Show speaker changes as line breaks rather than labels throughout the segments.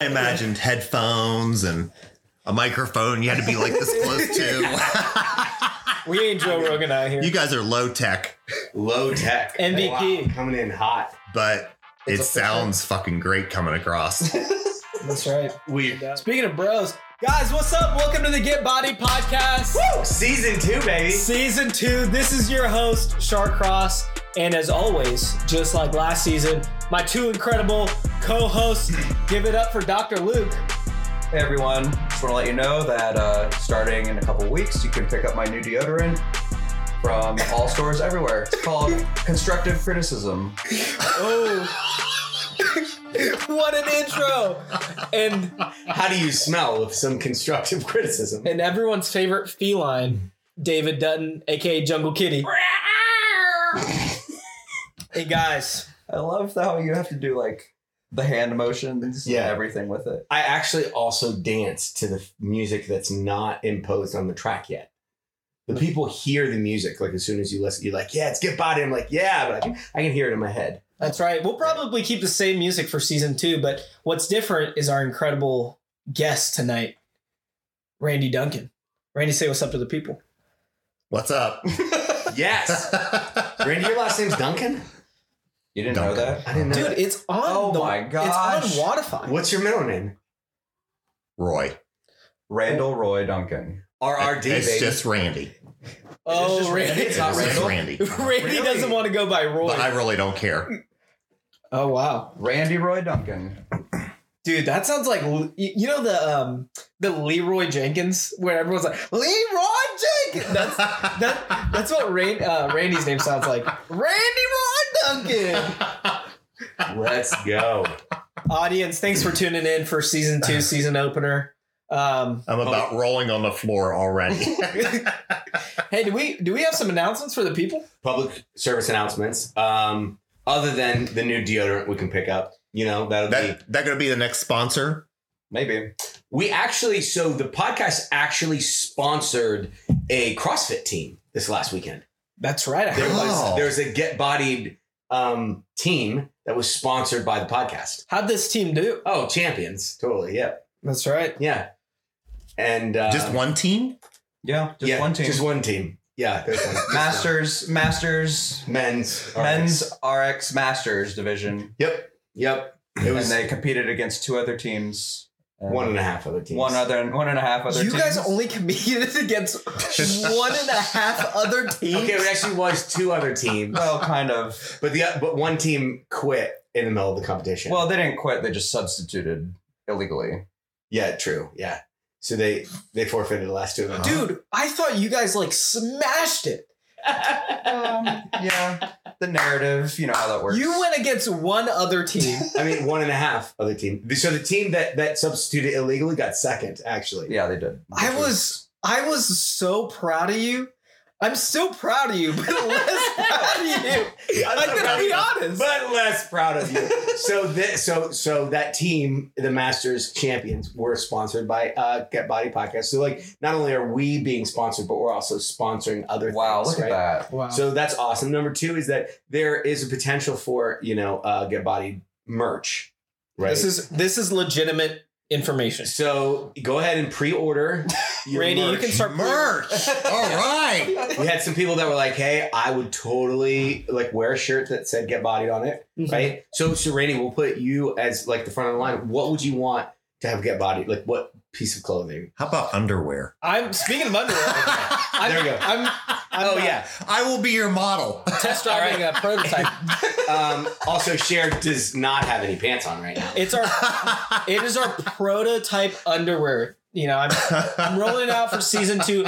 I imagined headphones and a microphone you had to be like this close to.
We ain't Joe Rogan out here.
You guys are low tech,
Low tech.
MVP.
Wow, coming in hot.
but it
That's a fair
sounds fucking great coming across.
That's right.
We
Speaking of bros, guys, what's up? Welcome to the Get Body Podcast,
season two, baby.
season two. This is your host Shark Cross, and as always, just like last season, my two incredible co-hosts. Give it up for Dr. Luke.
Hey everyone, just want to let you know that uh, starting in a couple weeks, you can pick up my new deodorant from all stores everywhere. It's called Constructive Criticism.
Oh, what an intro! And
How do you smell with some constructive criticism?
and everyone's favorite feline, David Dutton, aka Jungle Kitty. hey guys,
I love how you have to do like the hand motions
Yeah.
and everything with it.
I actually also dance to the f- music that's not imposed on the track yet. The people hear the music like as soon as you listen. You're like, yeah, it's get body. I'm like, yeah, but I can, I can hear it in my head.
that's right. We'll probably keep the same music for season two, but what's different is our incredible guest tonight, Randy Duncan. Randy, say what's up to the people.
What's up?
Yes, Randy, your last name's Duncan.
You didn't know
Duncan.
that?
I didn't know.
Dude,
that.
it's on
Oh
the
my
it's
gosh.
on Watify.
What's your middle name?
Roy.
Randall Roy Duncan.
RRD.
it's
baby.
just Randy.
oh,
just
Randy.
Randy. It's
It's
not
just
Randall.
Randy.
Randy
Really?
doesn't want to go by Roy.
But I really don't care.
oh wow.
Randy Roy Duncan.
Dude, that sounds like you you know the um the Leroy Jenkins where everyone's like Leroy Jenkins. That's that, that's what Rain, uh, Randy's name sounds like. Randy Roy Duncan.
Let's go.
Audience, thanks for tuning in for season two, season opener. Um,
I'm about
Oh.
rolling on the floor already.
hey, do we do we have some announcements for the people?
Public service announcements. Um, other than the new deodorant we can pick up, you know that'll be.
that that gonna be the next sponsor?
Maybe.
We actually, so the podcast actually sponsored a CrossFit team this last weekend.
That's right. I
There
heard about this.
Oh.
was there was a get bodied um, team that was sponsored by the podcast.
How'd this team do?
Oh, champions! Totally. Yep.
That's right.
Yeah. And uh,
Just one team?
Yeah, just
yeah,
one team.
Just one team. Yeah. there's one. Just
Masters, Masters,
one. Men's.
men's RX Masters division.
Yep. Yep. It was
and they competed against two other teams. and
one and a half other teams.
One other, one and a half other.
you
teams.
guys only competed against one and a half other teams.
Okay, it actually was two other teams,
Well, kind of.
but the but one team quit in the middle of the competition.
Well, they didn't quit. They just substituted illegally.
Yeah, true. Yeah. So they they forfeited the last two of them.
Dude, I thought you guys like smashed it.
Um, yeah, the narrative. You know how that works.
You went against one other team.
I mean, one and a half other team. So the team that that substituted illegally got second, actually.
Yeah, they did.
I was I was so proud of you. I'm still proud of you, but less proud of you. I'm gonna be honest.
but less proud of you. so that so so that team, the Masters champions, were sponsored by uh, Get Body Podcast. So like, not only are we being sponsored, but we're also sponsoring other.
Wow,
things,
look
right?
at that.
Wow.
So that's awesome. Number two is that there is a potential for you know uh, Get Body merch. Right.
This is this is legitimate information.
So go ahead and pre-order. your
Randy, you
merch.
can start
Merch. All right.
We had some people that were like, "Hey, I would totally like wear a shirt that said "Get Bodied" on it."
Mhm.
Right. So, so Randy, we'll put you as like the front of the line. What would you want to have "Get Bodied"? Like, what piece of clothing?
How about underwear?
I'm speaking of underwear. I'm,
There we go.
I'm, I'm uh,
Oh yeah.
I will be your model.
test driving a prototype.
Um, also, Cher does not have any pants on right now.
It's our it is our prototype underwear. You know, I'm I'm rolling it out for season two.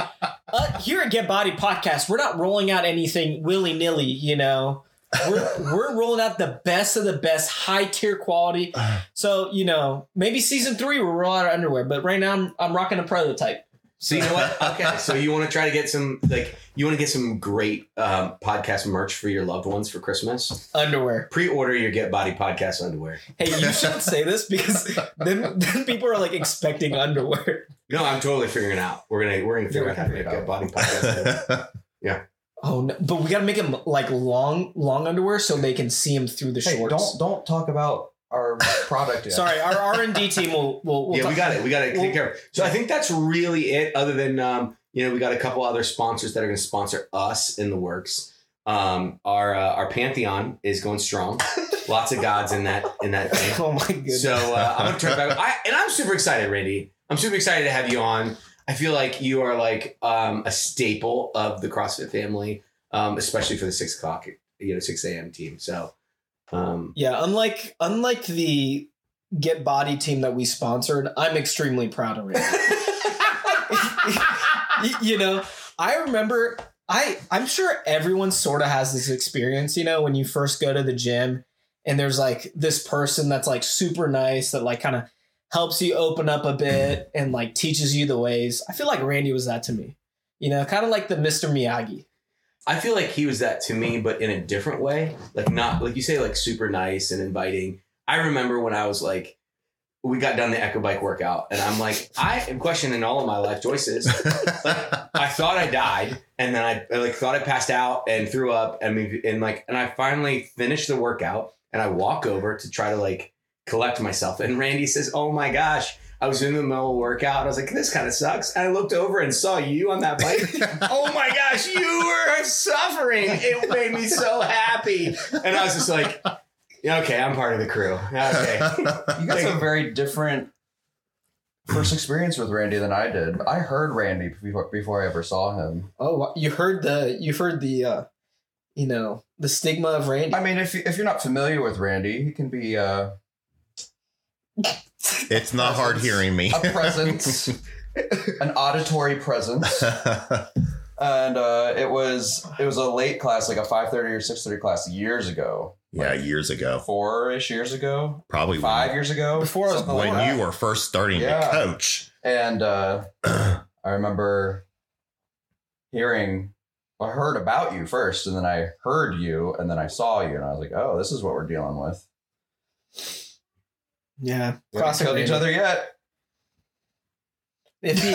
Uh, here at Get Body Podcast, we're not rolling out anything willy nilly. You know, we're we're rolling out the best of the best, high tier quality. So you know, maybe season three we'll roll out our underwear. But right now, I'm I'm rocking a prototype.
So you know what? Okay. So you want to try to get some like you want to get some great um, podcast merch for your loved ones for Christmas.
Underwear.
Pre-order your Get Body podcast underwear.
Hey, you shouldn't say this because then, then people are like expecting underwear.
No, I'm totally figuring it out. We're gonna we're gonna figure out how to make a Get Body podcast. underwear.
Oh no! But we gotta make them like long, long underwear so they can see them through the
Hey,
shorts.
don't don't talk about our product is.
Sorry, our R and D team will will. will
yeah, we
talk-
got it. We got to
Well-
take care of it. So I think that's really it, other than, um, you know, we got a couple other sponsors that are going to sponsor us in the works. Um, our uh, our pantheon is going strong. Lots of gods in that in that thing.
Oh my goodness.
So uh, I'm gonna turn it back. I, and I'm super excited, Randy. I'm super excited to have you on. I feel like you are like um, a staple of the CrossFit family, um, especially for the six o'clock, you know, six a.m. team. So, um,
yeah, unlike unlike the Get Body team that we sponsored, I'm extremely proud of Randy. Y- you know, I remember I I'm sure everyone sort of has this experience, you know, when you first go to the gym and there's like this person that's like super nice that like kind of helps you open up a bit and like teaches you the ways. I feel like Randy was that to me. You know, kind of like the Mr. Miyagi.
I feel like he was that to me, but in a different way. Like not like you say, like super nice and inviting. I remember when I was like, we got done the echo bike workout, and I'm like, I am questioning all of my life choices. I thought I died, and then I, I like thought I passed out and threw up, and we, and like, and I finally finished the workout, and I walk over to try to like collect myself, and Randy says, "Oh my gosh." I was in the middle of a workout. I was like, "This kind of sucks." And I looked over and saw you on that bike. oh my gosh, you were suffering! It made me so happy, and I was just like, "Yeah, "Okay, I'm part of the crew." Okay,
You guys have a very different first experience with Randy than I did. I heard Randy before, before I ever saw him.
Oh, wow. you heard the you heard the uh you know, the stigma of Randy.
I mean, if, you- if you're not familiar with Randy, he can be uh,
it's not hard hearing me.
a presence, an auditory presence. And uh, it was it was a late class, like a five thirty or six thirty class years ago,
yeah, years ago,
four ish years ago,
probably when-
five years ago,
Before I was
something like
when
that.
you were first starting
Yeah.
to coach.
And uh, I remember hearing, I heard about you first, and then I heard you, and then I saw you, and I was like, oh, this is what we're dealing with.
yeah.
We haven't
Crossing
killed each
Randy.
other yet.
If he,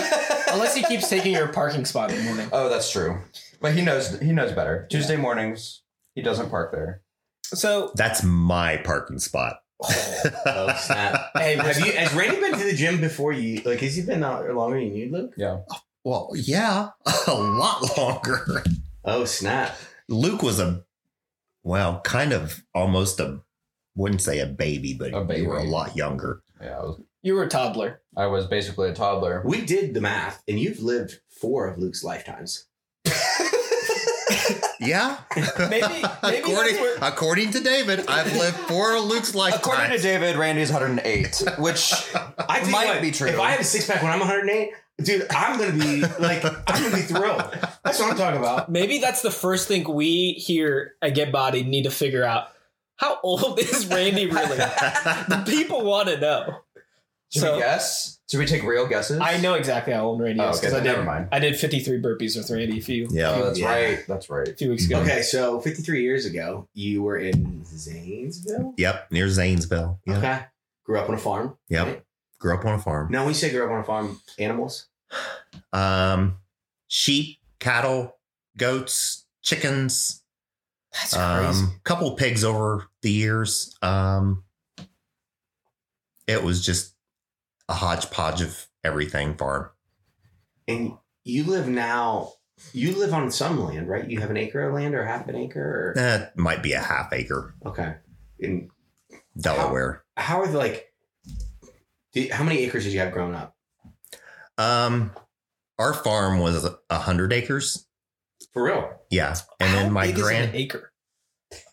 unless he keeps taking your parking spot in the morning.
Oh, that's true. But he knows he knows better. Tuesday mornings, he doesn't park there.
So
That's my parking spot.
oh snap!
hey,
Have you? Has Randy been to the gym before you? Like, has he been out longer than you, Luke?
Yeah.
well, yeah, a lot longer.
Oh snap!
Luke was a well, kind of almost a wouldn't say a baby, but
A
you were a
baby.
lot younger.
Yeah. I was,
you were a toddler.
I was basically a toddler.
We did the math, and you've lived four of Luke's lifetimes.
Yeah.
Maybe- maybe that's
according,
where-
according to David, I've lived four of Luke's
According to
lifetimes.
David, Randy's 108, which
I tell you
Might
what,
be true.
If I have a six pack when I'm 108, dude, I'm gonna be like, I'm gonna be thrilled. That's what I'm talking about.
Maybe that's the first thing we here at Get Body need to figure out. How old is Randy really? the people want to know.
should
So-
we guess? Should we take real guesses?
I know exactly how old Randy
Oh,
is
okay,
because I
then
did.
never mind.
I did 53 burpees with Randy a few
yeah.
Oh, that's
Yeah.
right. That's right.
a few weeks ago.
Okay, so 53 years ago, you were in Zanesville.
Yep. Near Zanesville. Yeah.
Okay, grew up on a farm.
Yep. Grew up on a farm.
Now, when you say grew up on a farm, animals.
Um, sheep, cattle, goats, chickens.
That's crazy.
um, couple pigs over the years. Um, it was just a hodgepodge of everything farm.
And you live now. You live on some land, right? You have an acre of land or half an acre,
That might be a half acre
or okay. And
Delaware.
how are the like? do- How many acres did you have growing up?
Um, our farm was a hundred acres.
For real?
Yeah, and
How
then my
big is an
grand
acre.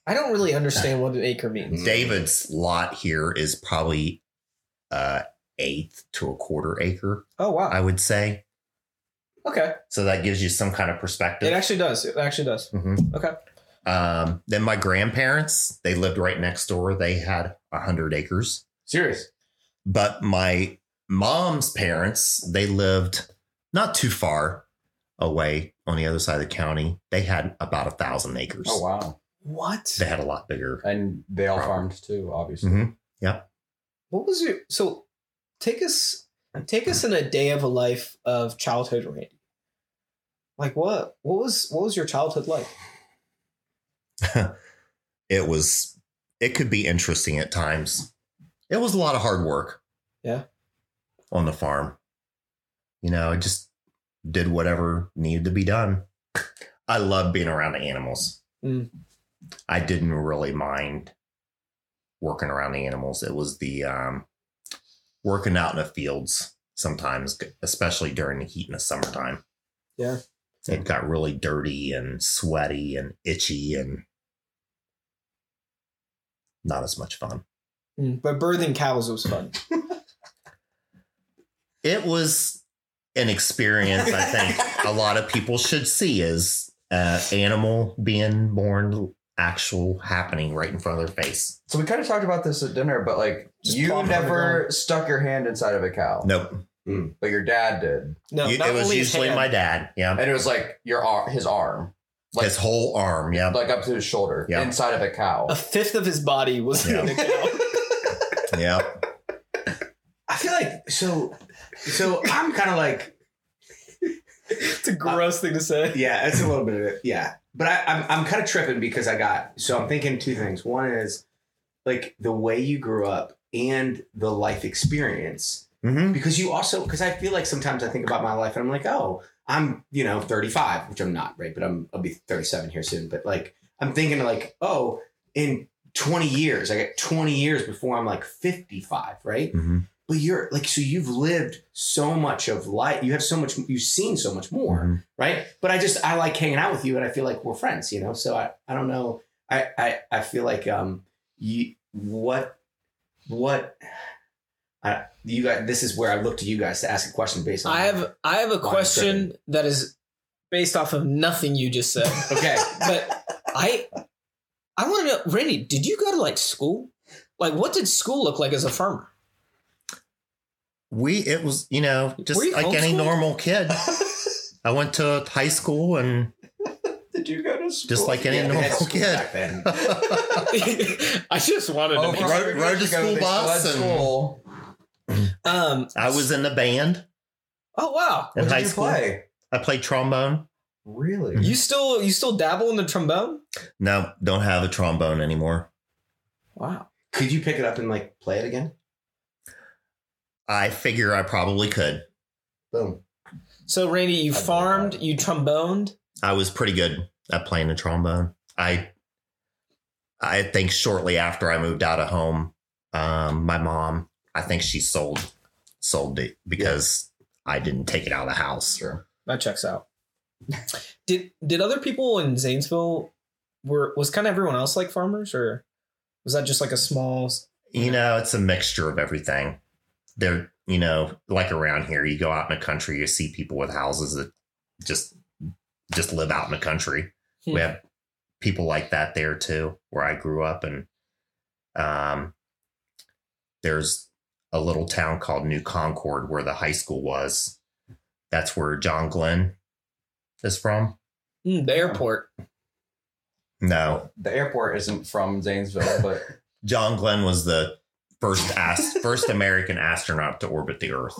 I don't really understand what an acre means.
David's lot here is probably uh eighth to a quarter acre,
Oh wow.
Mm. I would say.
Okay.
So that gives you some kind of perspective.
It actually does. It actually does.
Mhm.
Okay.
Um, then my grandparents, they lived right next door. They had a hundred acres,
Serious?
but my mom's parents, they lived not too far away on the other side of the county. They had about a thousand acres.
Oh wow.
What?
They had a lot bigger.
And they all
Problem.
farmed too, obviously.
Mhm.
What was your so? Take us take us in a day of a life of childhood, Randy. Like what? What was what was your childhood like?
it was. It could be interesting at times. it was a lot of hard work.
Yeah.
On the farm. You know, I just did whatever needed to be done. I love being around the animals.
Mm.
I didn't really mind working around the animals. It was the um, working out in the fields sometimes, especially during the heat in the summertime.
Yeah.
It got really dirty and sweaty and itchy and not as much fun.
Mm, But birthing cows was fun.
it was an experience i think a lot of people should see is uh, animal being born actual happening right in front of their face
So we kind of talked about this at dinner, but like
Just
you
plop it on the
never stuck your hand inside of a cow,
nope
but your dad did,
No,
You-
not
it was
only his
usually
hand.
my dad yeah
and it was like your ar- his arm, like
his whole arm yeah
like up to his shoulder,
Yeah.
inside of a cow.
a fifth of his body was in
Yeah.
a cow.
yeah
I feel like so. So I'm kind of like,
It's
Uh,
a gross thing to say.
yeah, it's a little bit of it, yeah. But I, I'm I'm kind of tripping because I got so I'm thinking two things. One is like the way you grew up and the life experience
hmm
because you also because I feel like sometimes I think about my life and I'm like, oh, I'm you know 35, which I'm not, right? But I'm I'll be 37 here soon. But like I'm thinking like, oh, in 20 years, I get 20 years before I'm like 55, right?
hmm
But you're like, so you've lived so much of life, you have so much, you've seen so much more,
Mhm.
right? But I just I like hanging out with you, and I feel like we're friends, you know. So I I don't know, I I I feel like um you what what I you guys this is where I look to you guys to ask a question based on
I have I have a
Why
question that is based off of nothing you just said.
okay
But I I want to know, Randy, did you go to like school? Like, what did school look like as a farmer?
we it was you know just
Were you
like any
homeschooled?
normal kid i went to high school and
did you go to school?
just like any
Yeah, they had
normal
school
kid
back then.
I just wanted
Oh,
to. Make,
right. Rode- rode the school
they still had
bus and-
school.
um.
i was in the band
Oh wow.
in
What did
high
you
school
play?
i played trombone
Really?
You still you still dabble in the trombone?
no don't have a trombone anymore
Wow.
could you pick it up and like play it again
I figure I probably could.
boom
So Randy, you
I don't
farmed,
know.
you tromboned.
I was pretty good at playing the trombone. I I think shortly after I moved out of home, um, my mom, I think she sold sold it because I didn't take it out of the house.
sure
That checks out. did did other people in Zanesville were was kind of everyone else like farmers or was that just like a small s-
You know, it's a mixture of everything. They're, you know, like around here, you go out in the country, you see people with houses that just just live out in the country.
Hmm.
We have people like that there too, where I grew up, and um, there's a little town called New Concord where the high school was. That's where John Glenn is from.
Mm, the airport?
No,
The airport isn't from Zanesville, but
John Glenn was the first ast- first American astronaut to orbit the Earth.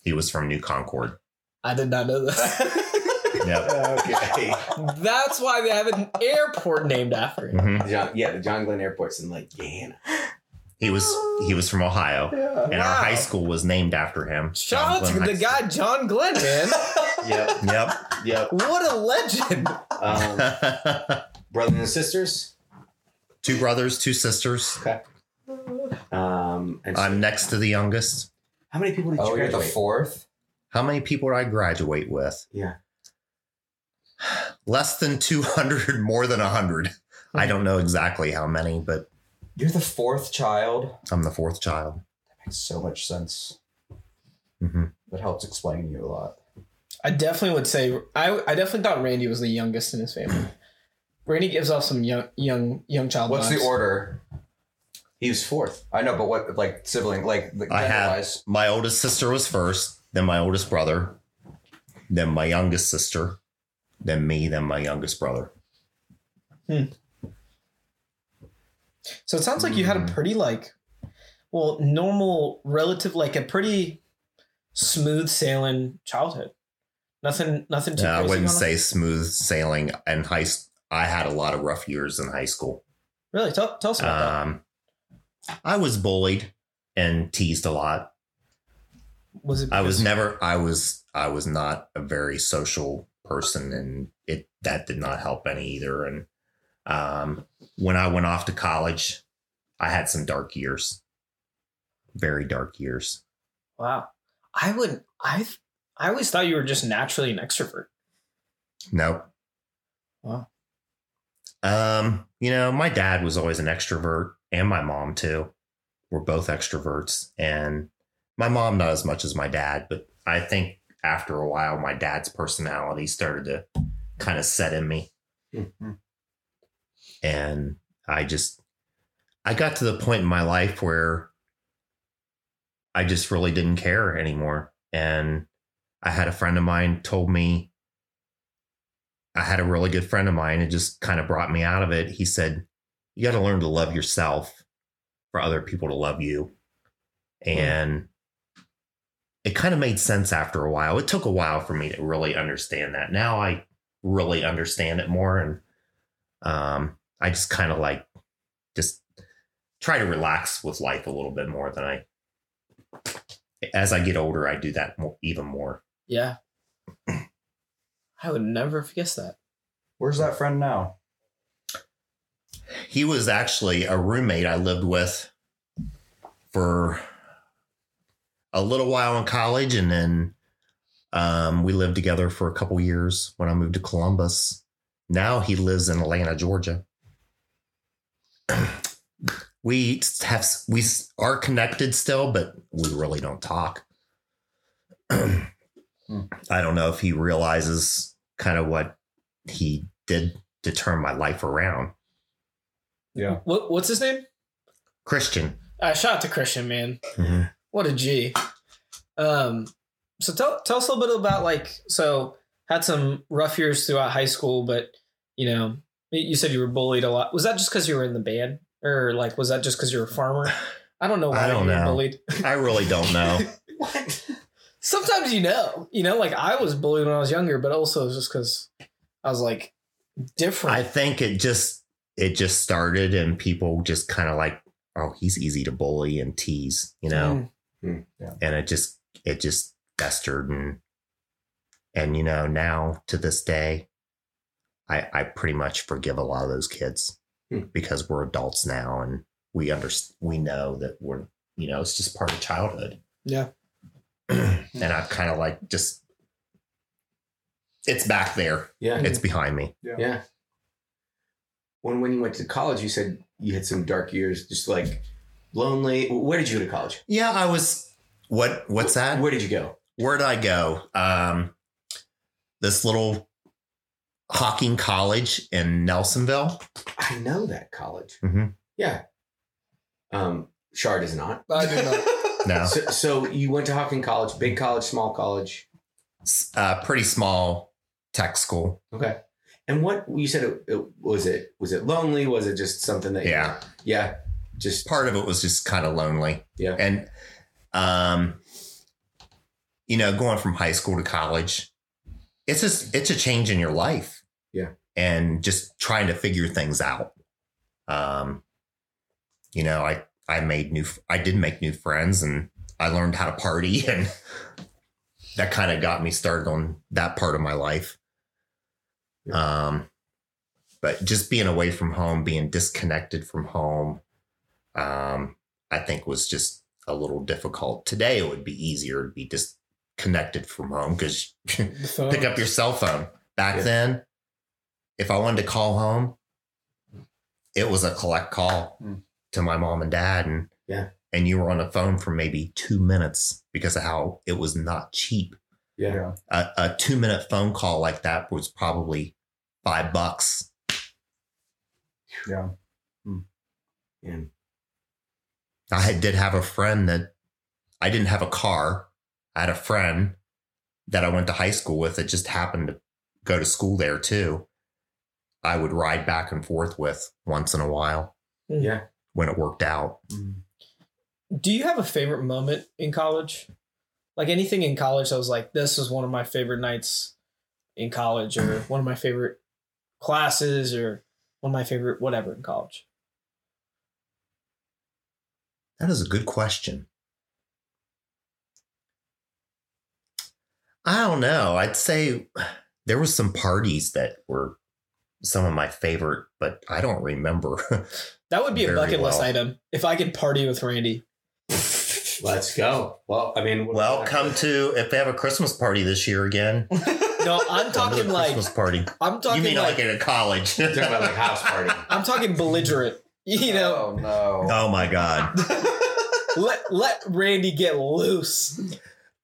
He was from New Concord.
I did not know that.
Yep.
okay
That's why they have an airport named after him.
Mhm.
John, yeah the John Glenn Airport's in like Guyana
He was he was from Ohio,
yeah.
and our
Wow.
high school was named after him. John
Shout out to
Glenn
the
High
guy John Glenn, man.
yep
School.
yep
what a legend.
um,
Yep.
brothers and sisters.
two brothers, two sisters.
Um, and so-
I'm next to the youngest.
how many people did you
Oh, you're the
graduate?
fourth.
How many people did I graduate with?
yeah,
Less than 200, more than 100. I don't know exactly how many, but
You're the fourth child.
I'm the fourth child.
Makes so much sense.
hmm
That helps explain you a lot.
I definitely would say I, I definitely thought Randy was the youngest in his family. Randy gives off some young young young child.
What's the
vibes.
order?
he was fourth.
I know, but what like sibling like the
I have-
gender-wise?
my oldest sister was first, then my oldest brother, then my youngest sister, then me, then my youngest brother.
So it sounds like you had a
Hmm.
Mm.
pretty like, well, normal, relative, like a pretty smooth sailing childhood. Nothing, nothing too.
Yeah, I
crazy
wouldn't
going on?
say smooth sailing in high school. I had a lot of rough years in high school. uh,
Really, tell, tell us about
Um, I was bullied and teased a lot.
Was it?
I was
because-
never I was I was not a very social person and it that did not help any either. And um when I went off to college, I had some dark years. Very dark years.
Wow. I would. I. I always thought you were just naturally an extrovert.
Nope.
Wow.
Um, you know, my dad was always an extrovert and my mom too. We're both extroverts and my mom not as much as my dad, but I think after a while my dad's personality started to kind of set in me
Hmm.
and I just I got to the point in my life where I just really didn't care anymore. And I had a friend of mine told me I had a really good friend of mine. It just kind of brought me out of it. He said, You got to learn to love yourself for other people to love you. And it kind of made sense after a while. It took a while for me to really understand that. Now I really understand it more. And um, I just kind of like just try to relax with life a little bit more than I. As I get older, I do that more, even more.
Yeah. I would never have guessed that.
Where's that friend now?
He was actually a roommate I lived with for a little while in college, and then um, we lived together for a couple years when I moved to Columbus. Now he lives in Atlanta, Georgia. we have we s- are connected still, but we really don't talk. I don't know if he realizes kind of what he did to turn my life around.
Yeah.
What What's his name?
Christian.
Uh, shout out to Christian, man.
Mm-hmm.
What a G. Um, so tell tell us a little bit about like so had some rough years throughout high school, but you know you said you were bullied a lot. Was that just because you were in the band, or like was that just because you're a farmer? I don't know why
I don't
you were
know.
bullied.
I really don't know.
What?
Sometimes you know, you know, like I was bullied when I was younger, but also it was just because I was like different.
I think it just it just started and people just kind of like, oh, he's easy to bully and tease, you know. and it just it just festered and and you know now to this day i i pretty much forgive a lot of those kids
Hmm.
because we're adults now and we under we know that we're you know it's just part of childhood
Yeah.
and i've kind of like just it's back there
Yeah.
it's behind me
Yeah. When when you went to college, you said you had some dark years, just like lonely. Where did you go to college?
yeah i was what what's that
Where did you go?
where did I go? Um, this little Hawking College in Nelsonville.
I know that college.
Mhm.
Yeah. Um, Shard is not.
I do not.
No,
So, so you went to Hawking College, big college, small college.
S- uh, pretty small tech school.
Okay. And what you said it, it was it was it lonely? Was it just something that
Yeah,
yeah just
part of it was just kind of lonely.
Yeah.
and um, you know, going from high school to college, it's just it's a change in your life.
Yeah.
and just trying to figure things out. Um, you know, I I made new I did make new friends and I learned how to party and that kind of got me started on that part of my life. Um, but just being away from home, being disconnected from home, um, I think was just a little difficult. Today it would be easier to be disconnected from home because
The phone.
pick up your cell phone. Back
Oh, Yeah.
then, if I wanted to call home, it was a collect call
Mm.
to my mom and dad, and
Hmm. Yeah.
and you were on the phone for maybe two minutes because of how it was not cheap.
yeah.
A, a two minute phone call like that was probably five bucks.
Yeah.
And
I had- did have a friend that I didn't have a car. I had a friend that I went to high school with that just happened to go to school there too. I would ride back and forth with once in a while
yeah.
when it worked out.
Do you have a favorite moment in college? Like anything in college that was like, this was one of my favorite nights in college, or one of my favorite classes, or one of my favorite whatever in college.
That is a good question. I don't know. I'd say there was some parties that were some of my favorite, but I don't remember.
That would be a
Very
bucket list
well.
item if I could party with Randy.
Let's go. Well, I mean, what-
well, come to if they have a Christmas party this year again.
No, I'm
Come to
talking
the
like
Christmas party.
I'm
You
talking
mean
like,
like, at a college?
Talking about like house party.
I'm talking belligerent. You know,
Oh, no.
oh my god!
let let Randy get loose.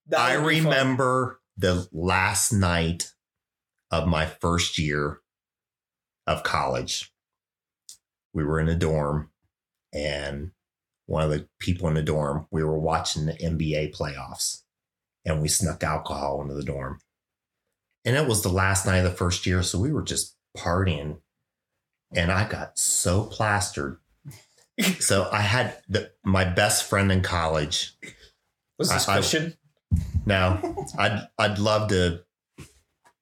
That
I
would be fun.
remember the last night of my first year of college. We were in a dorm, and one of the people in the dorm, we were watching the NBA playoffs, and we snuck alcohol into the dorm. And it was the last night of the first year, so we were just partying, and I got so plastered. so I had the, my best friend in college.
was this
I- I-
Christian?
No, I'd I'd love to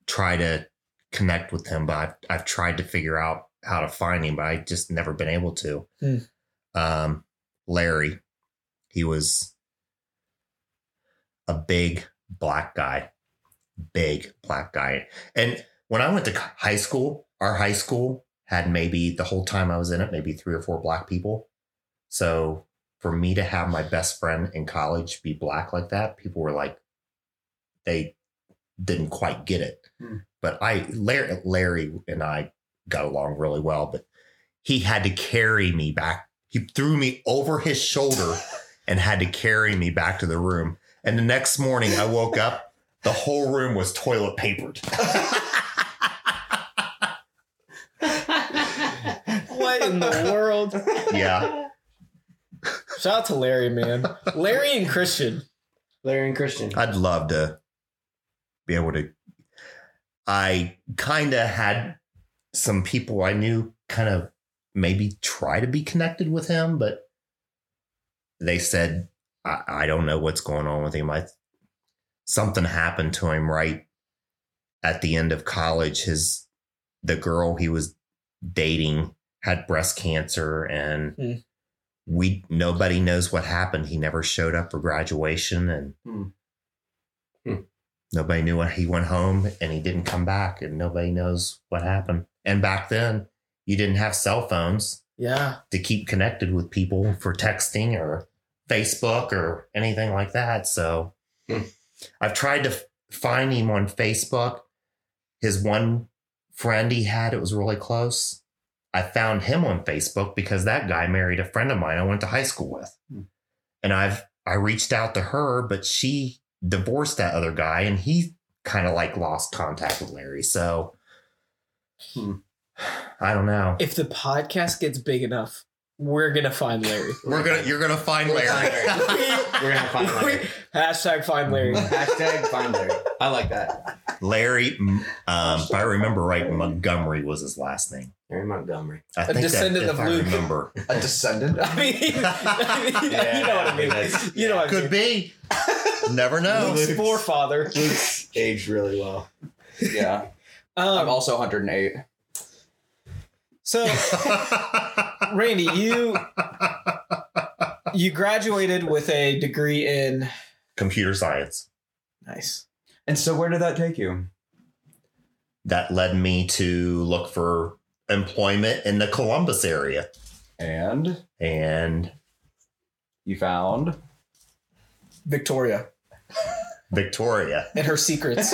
try to connect with him, but I've I've tried to figure out how to find him, but I just never been able to.
Hmm.
Um, Larry, he was a big black guy, big black guy, and when I went to co- high school, our high school had maybe the whole time I was in it, maybe three or four black people. So for me to have my best friend in college be black like that, people were like, they didn't quite get it.
Hmm.
But I, Larry, Larry and I got along really well, but he had to carry me back. He threw me over his shoulder and had to carry me back to the room. And the next morning I woke up, the whole room was toilet papered.
What in the world?
yeah.
Shout out to Larry, man. Larry and Christian.
Larry and Christian.
I'd love to be able to. I kind of had some people I knew kind of maybe try to be connected with him, but they said, I, I don't know what's going on with him. I, something happened to him right at the end of college. His, the girl he was dating had breast cancer and
Hmm.
we, nobody knows what happened. He never showed up for graduation and nobody knew when he went home and he didn't come back and nobody knows what happened and back then you didn't have cell phones
Yeah.
to keep connected with people for texting or facebook or anything like that so
Hmm.
i've tried to f- find him on facebook his one friend he had it was really close i found him on facebook because that guy married a friend of mine i went to high school with
Hmm.
and i've i reached out to her but she divorced that other guy and he kind of like lost contact with larry so
Hmm.
i don't know
If the podcast gets big enough, we're gonna find Larry.
we're gonna you're gonna find
We're gonna
larry
find We're gonna find Larry.
Hashtag find Larry.
Mm-hmm.
Hashtag find Larry. I like that.
Larry, um, if I remember right, Montgomery was his last name.
Larry Montgomery.
I think
descendant
that, if
of
I
Luke.
remember.
A descendant?
I mean, I mean, you know what I mean.
that's-
You know what I mean.
Could be. Never know.
Luke's forefather.
Luke's aged really well.
yeah. I'm
Um,
also 108.
so, Randy, you you graduated with a degree in
Computer science.
nice.
And so, where did that take you?
That led me to look for employment in the Columbus area.
And
And
you found.
Victoria
Victoria.
and her secrets.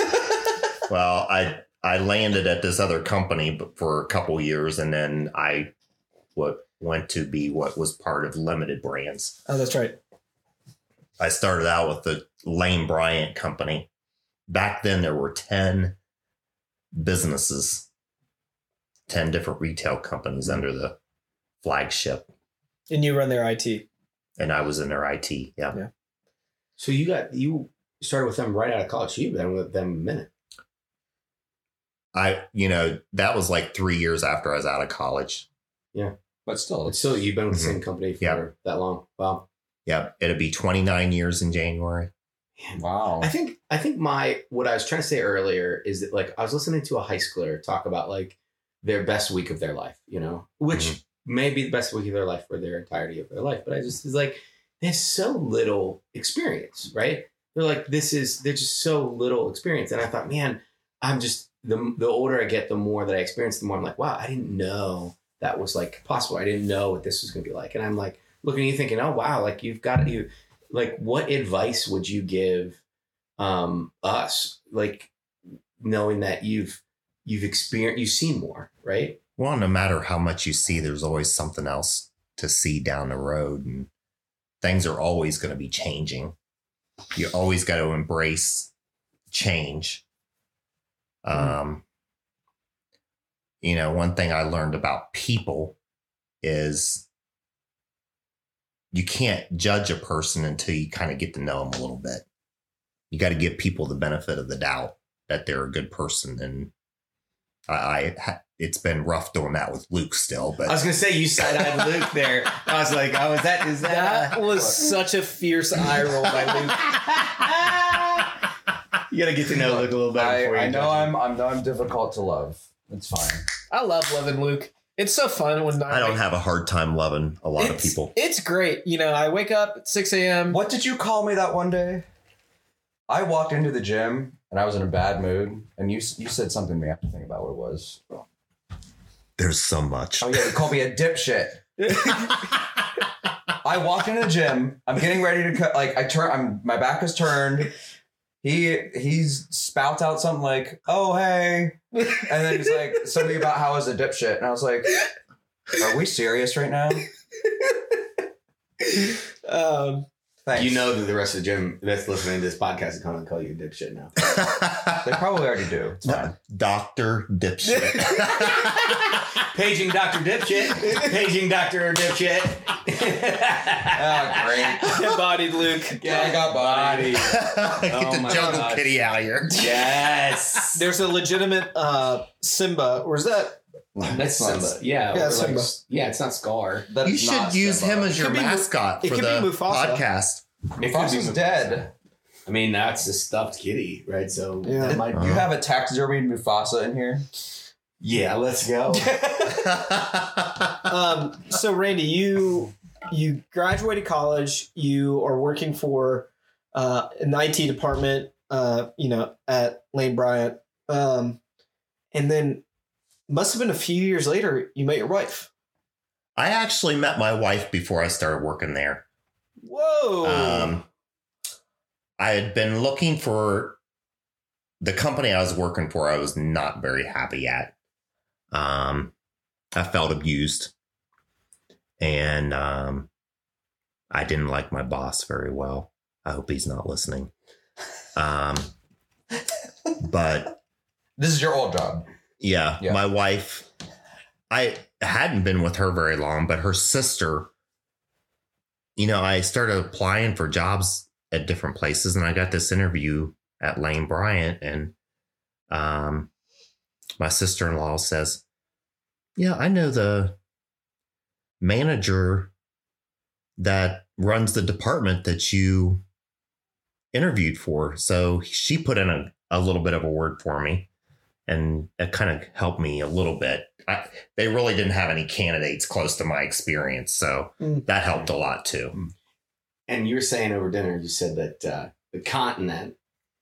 Well, I I landed at this other company b- for a couple years and then I what went to be what was part of limited brands.
oh, that's right.
I started out with the Lane Bryant Company. Back then, there were 10 businesses, 10 different retail companies under the flagship.
And you run their IT.
And I was in their IT. Yeah.
So you got you started with them right out of college. So you've been with them a minute.
I, you know, that was like three years after I was out of college.
But still,
But
it's
still, you've been with the same company for
Yeah.
that long. Wow.
Yeah. It'll be 29 years in January.
wow.
I think I think my what I was trying to say earlier is that like I was listening to a high schooler talk about like their best week of their life, you know, which may be the best week of their life for their entirety of their life. But I just was like, they have so little experience, right? They're like, this is they're just so little experience. And I thought, man, I'm just the the older I get, the more that I experience, the more I'm like, wow, I didn't know that was like possible. I didn't know what this was gonna be like. And I'm like looking at you thinking, oh wow, like you've got you like what advice would you give um us? Like knowing that you've you've experienced you've seen more, right?
Well, no matter how much you see, there's always something else to see down the road, and things are always going to be changing. You always got to embrace change.
Mm.
Um, you know, one thing I learned about people is you can't judge a person until you kind of get to know them a little bit. You got to give people the benefit of the doubt that they're a good person, and I, I ha- it's been rough doing that with Luke still, but
I was gonna say you side eyed Luke there. I was like, oh, is that is that?
That was such a fierce eye roll by Luke.
you gotta get to know Luke a little better.
I,
before you
I know
judge him.
I'm, I'm know I'm difficult to love. It's fine.
I love loving Luke. It's so fun when
I don't have a hard time loving a lot of
It's-
people.
It's great. You know, I wake up at 6 a.m.
What did you call me that one day? I walked into the gym and I was in a bad mood, and you s- you said something to me. I have to think about what it was. Oh
There's so much.
Oh,
yeah, you called me a dipshit. I walked into the gym. I'm getting ready to cut. Like I turn. I'm my back is turned. He he's spouts out something like, "Oh hey," and then he's like something about how I was a dipshit, and I was like, "Are we serious right now?"
Um,
Thanks.
You know that the rest of the gym that's listening to this podcast is gonna call you a dipshit now.
they probably already do. It's fine.
Doctor Dipshit.
Paging Doctor Dipshit. Paging Doctor Dipshit. Oh,
Ah, great.
dead bodied Luke.
Yeah, I got body.
Get
Oh
the
my
jungle
gosh.
kitty out of here.
Yes.
There's a legitimate uh, Simba, or is that?
that's Simba. Yeah.
Yeah,
or
Simba.
yeah, it's not Scar.
That's
You should
not
use
Simba.
him as your
could be Mu-
mascot
it
for
could be
the
Mufasa.
podcast.
It could be
Foster's
Mufasa.
dead.
I mean, that's a stuffed kitty, right? So
Yeah.
that might be-
Uh-huh.
You have a taxidermy Mufasa in here.
Yeah, let's go.
Um, so, Randy, you you graduated college. You are working for uh, an IT department. Uh, you know, at Lane Bryant, um, and then must have been a few years later you met your wife.
I actually met my wife before I started working there.
Whoa!
Um, I had been looking for the company I was working for. I was not very happy at. Um, I felt abused, and um, I didn't like my boss very well. I hope he's not listening. Um, but
This is your old job.
Yeah,
Yeah.
my wife. I hadn't been with her very long, but her sister. You know, I started applying for jobs at different places, and I got this interview at Lane Bryant, and um, my sister in law says, "Yeah, I know the manager that runs the department that you interviewed for." So she put in a, a little bit of a word for me and it kind of helped me a little bit. I, they really didn't have any candidates close to my experience, so
Mm.
that helped a lot too.
and you were saying over dinner, you said that uh, the continent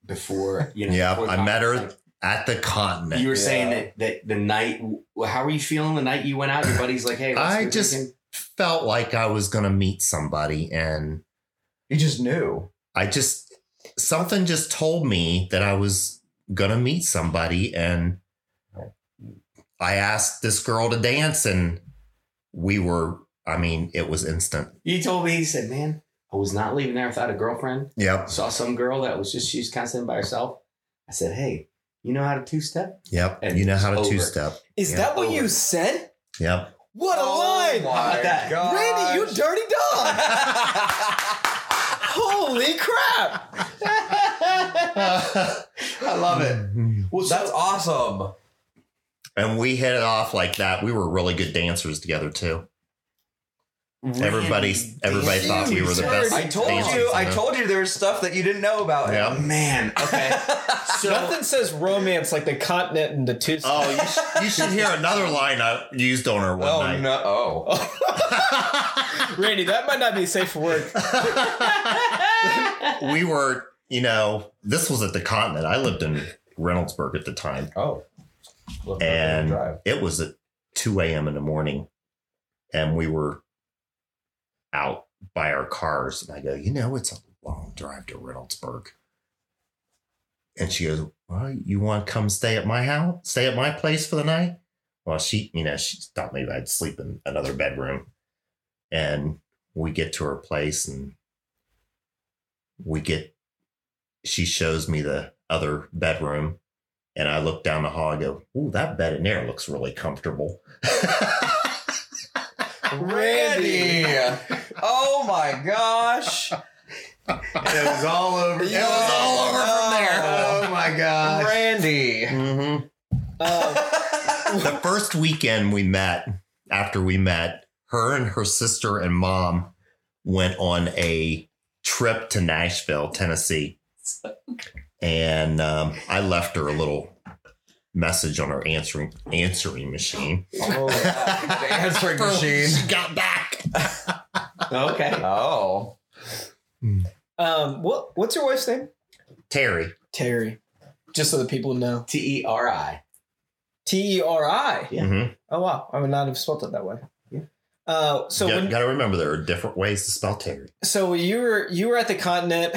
before you know.
Yeah,
before
I met her
continent,
At the continent,
You were saying
Yeah.
that that the night. well, How were you feeling the night you went out? Your buddy's like, "Hey, let's
I
go
just-
drinking.
felt like I was going to meet somebody, and
You just knew.
I just something just told me that I was going to meet somebody, and I asked this girl to dance, and we were. I mean, it was instant.
You told me. He said, "Man, I was not leaving there without a girlfriend.
Yep,
Saw some girl that was just she was kind of sitting by herself. I said, "Hey, you know how to two step?
yep.
And
you know how
it's
to
over.
two step.
Is
yeah,
that what you
over.
said?
Yep.
What
Oh
a line!
How about that?
Randy, you dirty dog! Holy crap!
I
love it. Well,
That's
so
awesome.
And we hit it off like that. We were really good dancers together too. Everybody, everybody thought we were the best.
I told
dancers
you,
in
I
the-
told you there was stuff that you didn't know about. him.
Yeah.
Man, okay. So
Nothing says romance like the continent and the two.
Oh, you, sh- you should hear another line I used on her one
Oh
night.
no! Oh,
Randy, that might not be safe for work.
we were, you know, this was at the continent. I lived in Reynoldsburg at the time,
oh. Look,
and
drive.
it was at 2 a.m. in the morning, and we were out by our cars. And I go, you know, it's a long drive to Reynoldsburg. And she goes, well, you want to come stay at my house, stay at my place for the night? Well, she, you know, she thought maybe I'd sleep in another bedroom. And we get to her place and we get, she shows me the other bedroom. And I look down the hall and go, ooh, that bed in there looks really comfortable.
Randy! oh my gosh!
it was all over.
It was all over from there.
Oh my gosh.
Randy!
hmm
Uh,
the first weekend we met, after we met, her and her sister and mom went on a trip to Nashville, Tennessee. And um, I left her a little message on her answering answering machine.
Oh, wow. the answering machine.
She got back.
Okay.
Oh.
um, what what's your wife's name?
Terry.
Terry. Just so that people know.
T E R I.
T E R I.
Yeah.
Mhm.
Oh wow, I would not have spelled it that way. Uh, so
Got-
when,
gotta remember there are different ways to spell Terry.
so you were you were at the continent.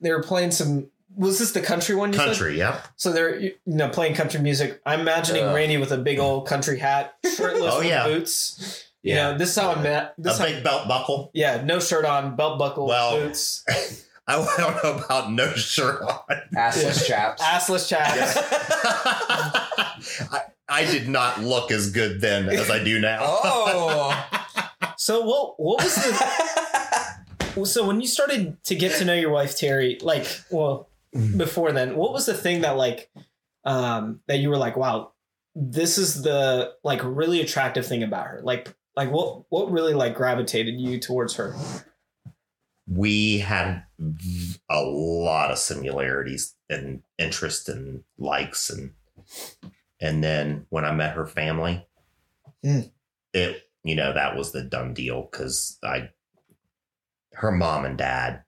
They were playing some. Was this the country one? You said?
Country, yep.
So they're you know playing country music. I'm imagining
Yeah.
Randy with a big old country hat, shirtless,
Oh,
with
yeah.
boots. You
Yeah.
know, this is how I'm at.
A
This how,
big belt buckle.
yeah, no shirt on, belt buckle,
Well-
boots,
I don't know about no shirt on.
Assless chaps.
assless chaps.
I, I did not look as good then as I do now.
Oh.
So what what was the so when you started to get to know your wife Terry, like well before then, what was the thing that like um that you were like, wow, this is the like really attractive thing about her. Like like what what really like gravitated you towards her?
We had v- a lot of similarities and interest and likes and and then when I met her family,
Mm.
it you know that was the done deal because I her mom and dad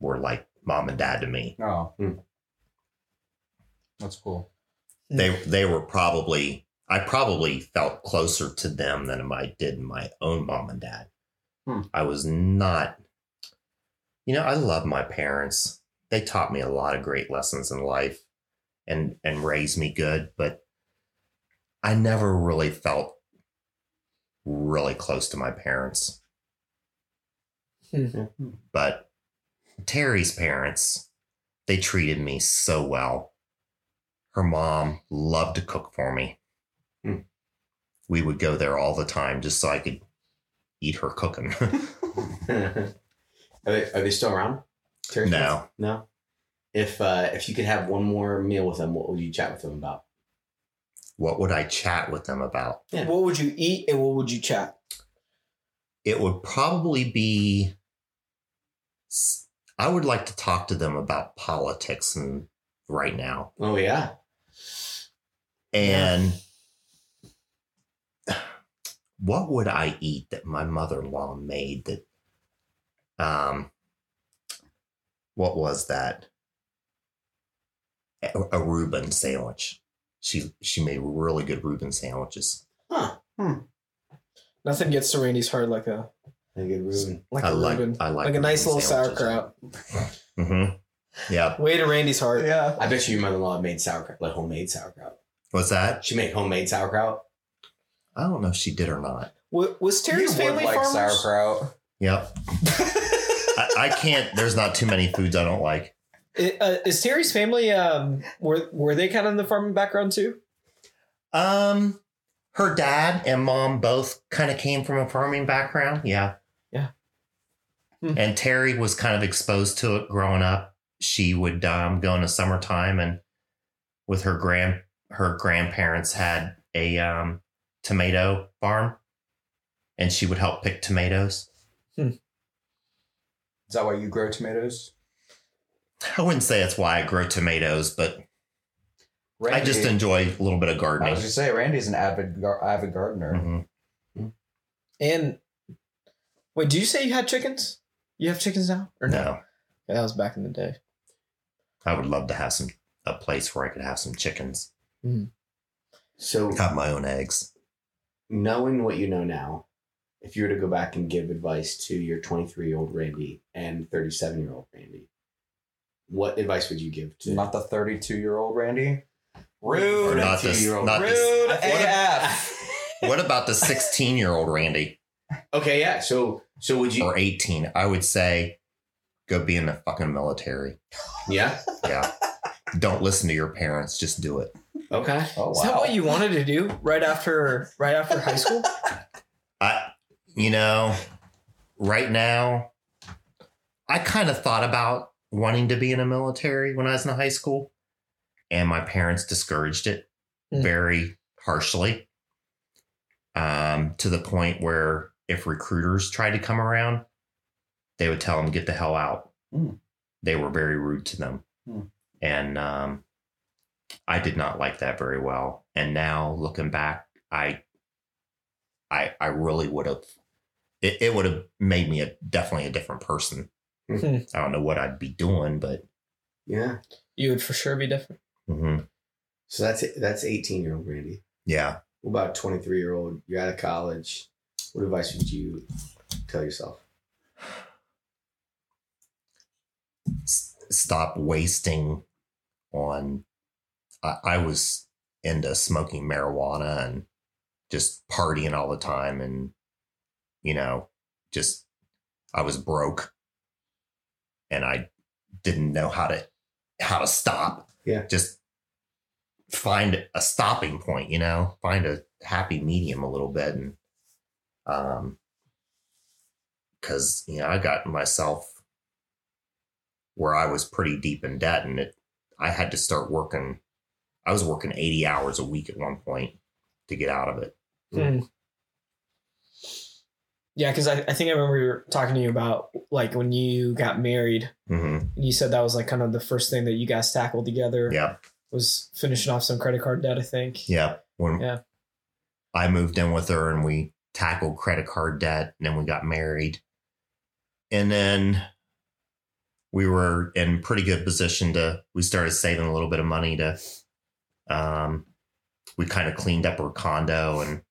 were like mom and dad to me.
Oh.
Hmm.
That's cool.
they they were probably I probably felt closer to them than I did my own mom and dad.
Hmm.
I was not, you know, I love my parents. They taught me a lot of great lessons in life, and and raised me good. But I never really felt really close to my parents.
Mhm.
But Terry's parents, they treated me so well. Her mom loved to cook for me.
Hmm.
We would go there all the time just so I could eat her cooking.
are, they, are they still around? Terry Smith?
no,
No. If uh, if you could have one more meal with them, what would you chat with them about?
what would I chat with them about?
Yeah.
What would you eat and what would you chat?
It would probably be s- I would like to talk to them about politics and right now.
Oh yeah.
And what would I eat that my mother in law made that um what was that? A, a Reuben sandwich. She she made really good Reuben sandwiches.
Huh.
Nothing gets to Randy's heart like a
A good Reuben.
like
I
a
like
Reuben.
I like
like a nice little sauerkraut.
Mm-hmm. Yeah.
Way to Randy's heart.
Yeah.
I bet you your mother-in-law made sauerkraut, like homemade sauerkraut.
What's that?
She made homemade sauerkraut.
I don't know if she did or not.
Wa- Was Terry's
you would
family
like
farmers?
sauerkraut.
Yep. I, I can't. There's not too many foods I don't like.
I- uh, is Terry's family um were were they kind of in the farming background too?
Um, her dad and mom both kind of came from a farming background. Yeah.
Yeah. Hmm.
And Terry was kind of exposed to it growing up. She would um, go in the summertime and with her grand her grandparents had a um, tomato farm and she would help pick tomatoes.
Is that why you grow tomatoes?
I wouldn't say that's why I grow tomatoes, but I just enjoy a little bit of
I
gardening.
was gonna say Randy's an avid gar- avid gardener.
Mhm.
And wait, do you say you had chickens? You have chickens now or no?
No,
Yeah, that was back in the day.
I would love to have some a place where I could have some chickens,
So
have my own eggs.
knowing what you know now, if you were to go back and give advice to your 23 year old Randy and 37 year old Randy, what advice would you give to?
Not the 32 year old Randy.
Or
Rude.
not this,
22-year-old
not this.
Rude
I thought-
AF.
What about the 16 year old Randy
okay, yeah. So, so would you?
or 18? I would say go be in the fucking military.
Yeah.
Yeah. Don't listen to your parents. Just do it.
Okay.
Oh, wow.
Is that what you wanted to do right after right after high school?
I, you know, right now, I kind of thought about wanting to be in the military when I was in high school, and my parents discouraged it
Mm.
very harshly. Um, to the point where if recruiters tried to come around, they would tell them get the hell out.
Mm.
They were very rude to them,
Mm.
and um, I did not like that very well. And now looking back, I I I really would have it, it would have made me a definitely a different person.
Mhm.
I don't know what I'd be doing, but
Yeah.
You would for sure be different.
mhm.
So that's that's 18 year old Randy.
yeah,
What about 23 year old? You're out of college. What advice would you tell yourself?
S- stop wasting on. I, I was into smoking marijuana and just partying all the time, and you know, just I was broke, and I didn't know how to how to stop.
Yeah.
just find a stopping point. You know, find a happy medium a little bit, and um, because you know I got myself where I was pretty deep in debt and it I had to start working I was working 80 hours a week at one point to get out of it.
Yeah, because I, I think I remember you were talking to you about like when you got married,
Mhm.
you said that was like kind of the first thing that you guys tackled together
Yeah.
was finishing off some credit card debt, I think.
Yeah. When
Yeah.
I moved in with her and we tackled credit card debt and then we got married. And then we were in pretty good position to we started saving a little bit of money to um we kind of cleaned up her condo and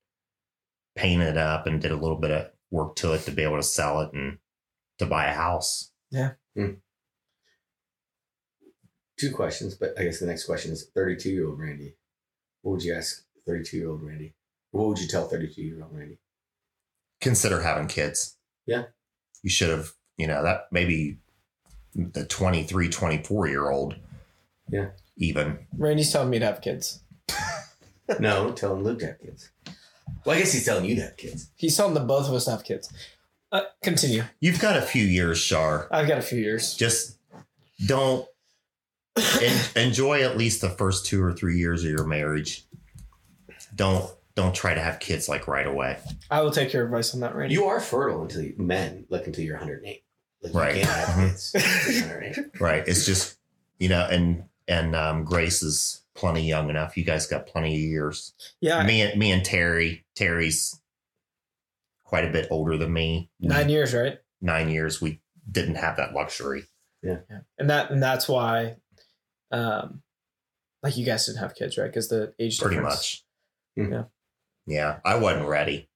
painted it up and did a little bit of work to it to be able to sell it and to buy a house.
Two questions, but I guess the next question is 32 year old Randy. What would you ask 32 year old Randy? What would you tell 32 year old Randy?
Consider having kids.
Yeah.
You should have, you know, that maybe the 23, 24 year old.
Yeah.
Even.
Randy's telling me to have kids.
No, telling Luke to have kids. Well, I guess he's telling you to have kids.
He's telling the both of us to have kids. Uh, continue.
You've got a few years, Shar.
I've got a few years.
Just don't en- enjoy at least the first two or three years of your marriage. Don't don't try to have kids like right away.
I will take your advice on that, Randy.
You are fertile until you, men, like until you're 108. Like you
Right.
can't have kids. until you're 108.
Right. It's just, you know, and and um, Grace is plenty young enough. You guys got plenty of years.
yeah,
me and me and Terry. Terry's quite a bit older than me.
nine years, right?
Nine years. We didn't have that luxury.
And that and that's why, um, like you guys didn't have kids, right? Because the age
Pretty
difference.
much.
Hmm.
Yeah.
Yeah. I wasn't ready.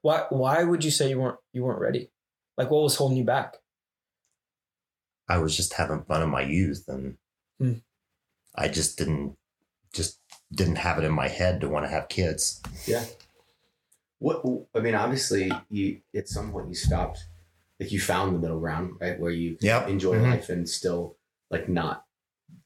Why why would you say you weren't you weren't ready? Like what was holding you back?
I was just having fun in my youth and
Hmm.
I just didn't just didn't have it in my head to want to have kids.
What I mean, obviously, you at some point you stopped, like you found the middle ground, right, where you
Yep.
enjoy
Mhm.
life and still like not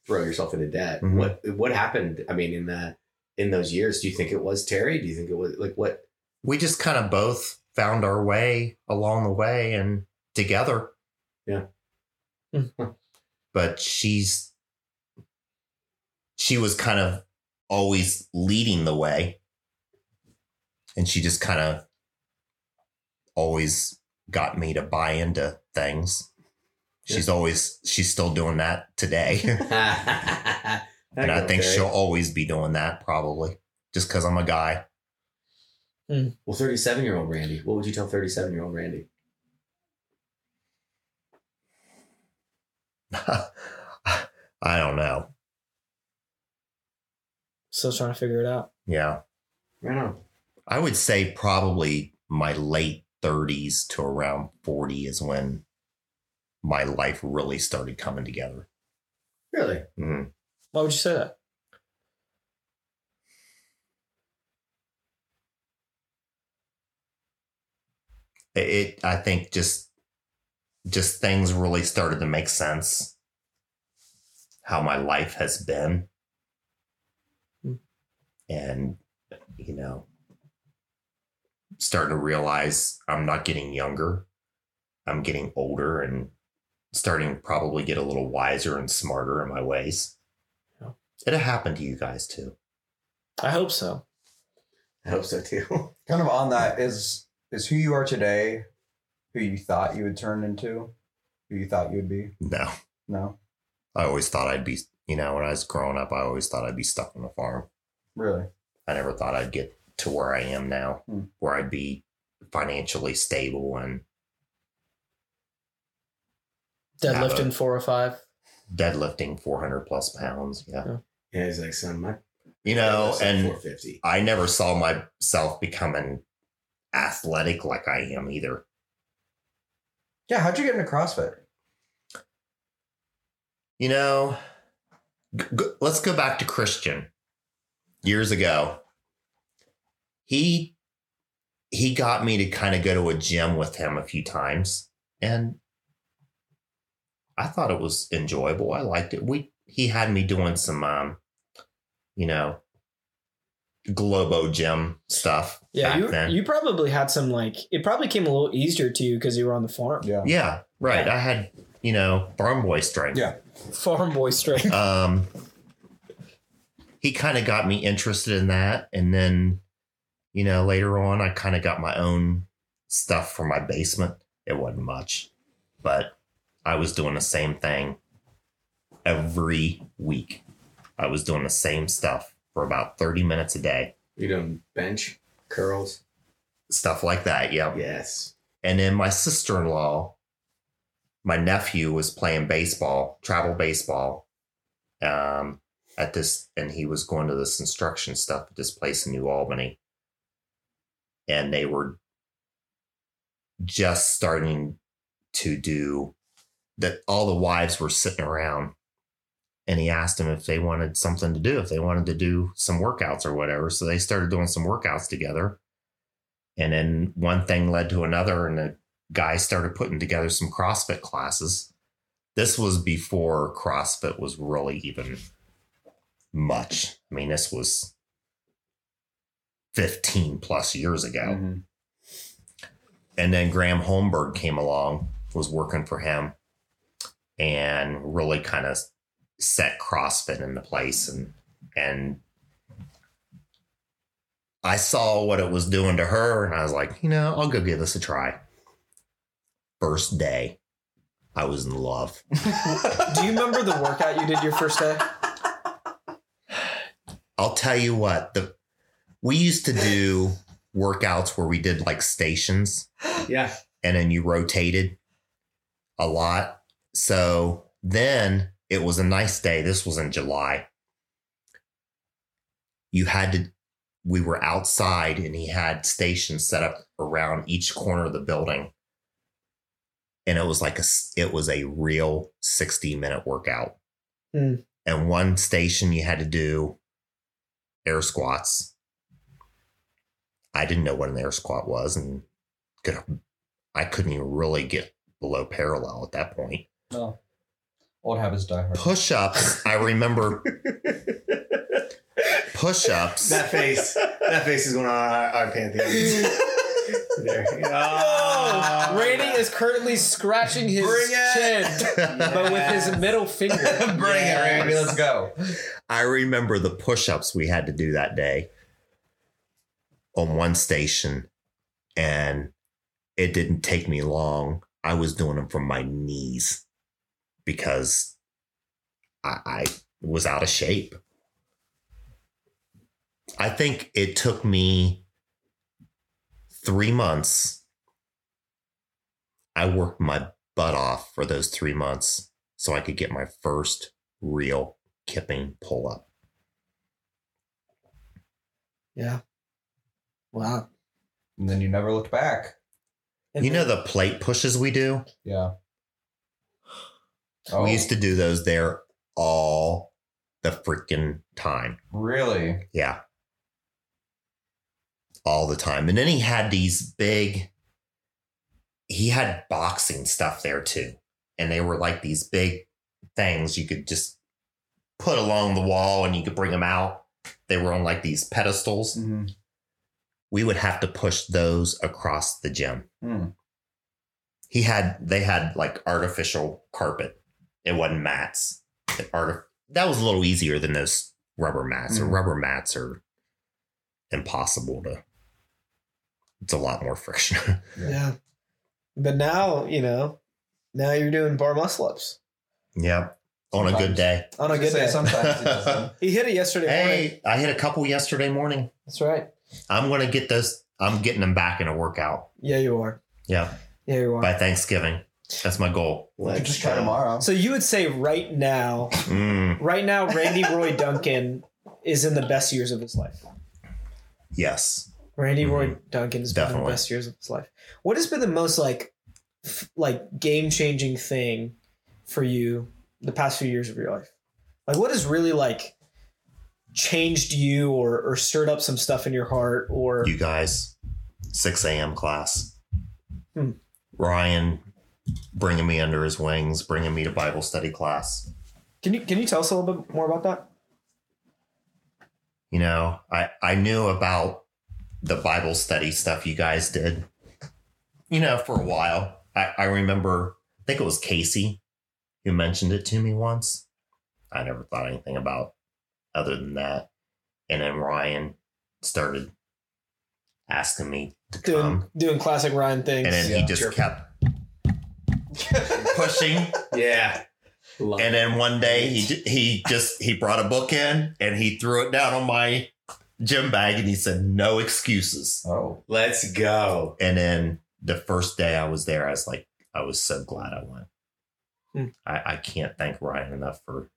throw yourself into debt.
Mhm.
What what happened? I mean, in the in those years, do you think it was Terry? Do you think it was like what?
we just kind of both found our way along the way and together.
Yeah. Mhm.
but she's she was kind of always leading the way and she just kind of always got me to buy into things. She's always she's still doing that today, and I think she'll always be doing that probably just because I'm a guy.
Well, 37 year old Randy, what would you tell 37 year old Randy?
I don't know.
Still trying to figure it out.
Yeah,
Right on.
I would say probably my late 30s to around 40 is when my life really started coming together.
Really?
Mhm.
Why would you say that?
it i think just just things really started to make sense how my life has been
Hmm.
and you know starting to realize i'm not getting younger i'm getting older and starting to probably get a little wiser and smarter in my ways
Yeah.
it'll happen to you guys too
I hope so.
I hope so too.
Kind of on that is is who you are today, who you thought you would turn into, who you thought you would be.
no
No,
i always thought i'd be you know when i was growing up i always thought i'd be stuck on a farm
really.
I never thought I'd get to where I am now,
Hmm.
where I'd be financially stable and
Deadlifting four or five.
deadlifting 400 plus pounds. Yeah.
yeah, he's like, son, my
You know,
that's like
and
450.
I never saw myself becoming athletic like I am either.
Yeah, how'd you get into CrossFit?
You know, g- g- let's go back to Christian years ago. He he got me to kind of go to a gym with him a few times and I thought it was enjoyable. I liked it. We he had me doing some um you know globo gym stuff
Yeah,
back
you
then.
you probably had some like it probably came a little easier to you because you were on the farm.
Yeah,
yeah, right. I had, you know, farm boy strength.
Yeah.
Farm boy strength.
um he kind of got me interested in that and then you know later on i kind of got my own stuff for my basement it wasn't much but i was doing the same thing every week i was doing the same stuff for about 30 minutes a day
You doing bench curls?
stuff like that yeah
Yes.
and then my sister-in-law my nephew was playing baseball travel baseball um, at this and he was going to this instruction stuff at this place in new albany and they were just starting to do that all the wives were sitting around and he asked them if they wanted something to do if they wanted to do some workouts or whatever so they started doing some workouts together and then one thing led to another, and the guy started putting together some CrossFit classes. This was before CrossFit was really even much. I mean, this was 15 plus years ago.
Mhm.
And then Graham Holmberg came along, was working for him, and really kind of set CrossFit into place and and I saw what it was doing to her and I was like, you know, I'll go give this a try. First day, I was in love.
Do you remember the workout you did your first day?
I'll tell you what, the we used to do workouts where we did like stations.
Yeah.
and then you rotated a lot. So then it was a nice day. This was in July. You had to, we were outside and he had stations set up around each corner of the building. And it was like a, s- it was a real 60 minute workout.
Hmm.
And one station you had to do air squats. I didn't know what an air squat was and could I couldn't even really get below parallel at that point.
No. Old habits die hard.
Push ups, I remember push ups.
That face. That face is going on our, our pantheon. there. Ah.
Oh, Randy is currently scratching his
Bring it.
chin, but with his middle finger.
Bring it, Randy. Let's go.
I remember the push ups we had to do that day. on one station and it didn't take me long. I was doing them from my knees because I, I was out of shape. I think it took me three months. I worked my butt off for those three months so I could get my first real kipping pull up.
Yeah. Wow.
And then you never looked back.
And
you know the plate pushes we do?
Yeah. Oh,
We used to do those there all the freaking time.
Oh, really?
Yeah. All the time. And then he had these big, he had boxing stuff there too. And they were like these big things you could just put along the wall and you could bring them out. They were on like these pedestals.
Mhm.
We would have to push those across the gym.
Hmm.
He had, they had like artificial carpet. It wasn't mats. It arti- that was a little easier than those rubber mats. Or
Mhm.
rubber mats are impossible to. It's a lot more friction.
Yeah. But now, you know, now you're doing bar muscle ups
yeah, on a good day.
on a
I
good
was gonna
day.
say, Sometimes it doesn't.
he hit it yesterday morning.
Hey, I hit a couple yesterday morning.
That's right.
I'm gonna get those. I'm getting them back in a workout.
Yeah, you are.
Yeah,
Yeah, you are.
by Thanksgiving. That's my goal.
You could
Let's
just try
um,
go.
tomorrow.
So you would say right now,
Mm,
right now, Randy Roy Duncan is in the best years of his life.
yes.
Randy Roy Duncan has been in the
Mm-hmm. Definitely.
best years of his life. What has been the most like, f- like game changing thing for you the past few years of your life? Like, what has really like changed you or or stirred up some stuff in your heart or
you guys 6 a.m class
Hmm.
ryan bringing me under his wings bringing me to bible study class
can you can you tell us a little bit more about that?
you know i i knew about the bible study stuff you guys did you know for a while i i remember i think it was casey who mentioned it to me once i never thought anything about other than that and then ryan started asking me to
Doing
come
doing classic Ryan things.
and then he
Yeah,
just
sure.
kept pushing
Yeah. Love
and then one day he j- he just he brought a book in and he threw it down on my gym bag and he said no excuses
Oh,
Let's go.
and then the first day i was there i was like i was so glad i went
Hmm.
I, I can't thank ryan enough for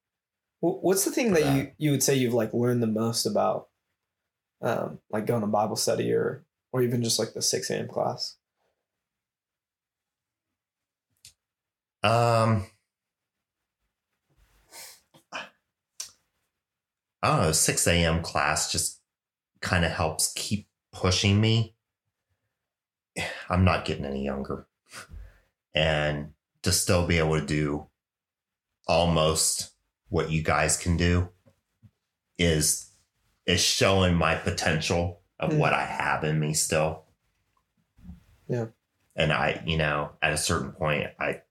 Wh- What's the thing
for
that you you would say you've like learned the most about, um, like going to Bible study or or even just like the six a.m. class?
um i don't know 6 a.m class just kind of helps keep pushing me i'm not getting any younger and to still be able to do almost what you guys can do is is showing my potential of
Mm.
what I have in me still.
Yeah.
And I, you know, at a certain point I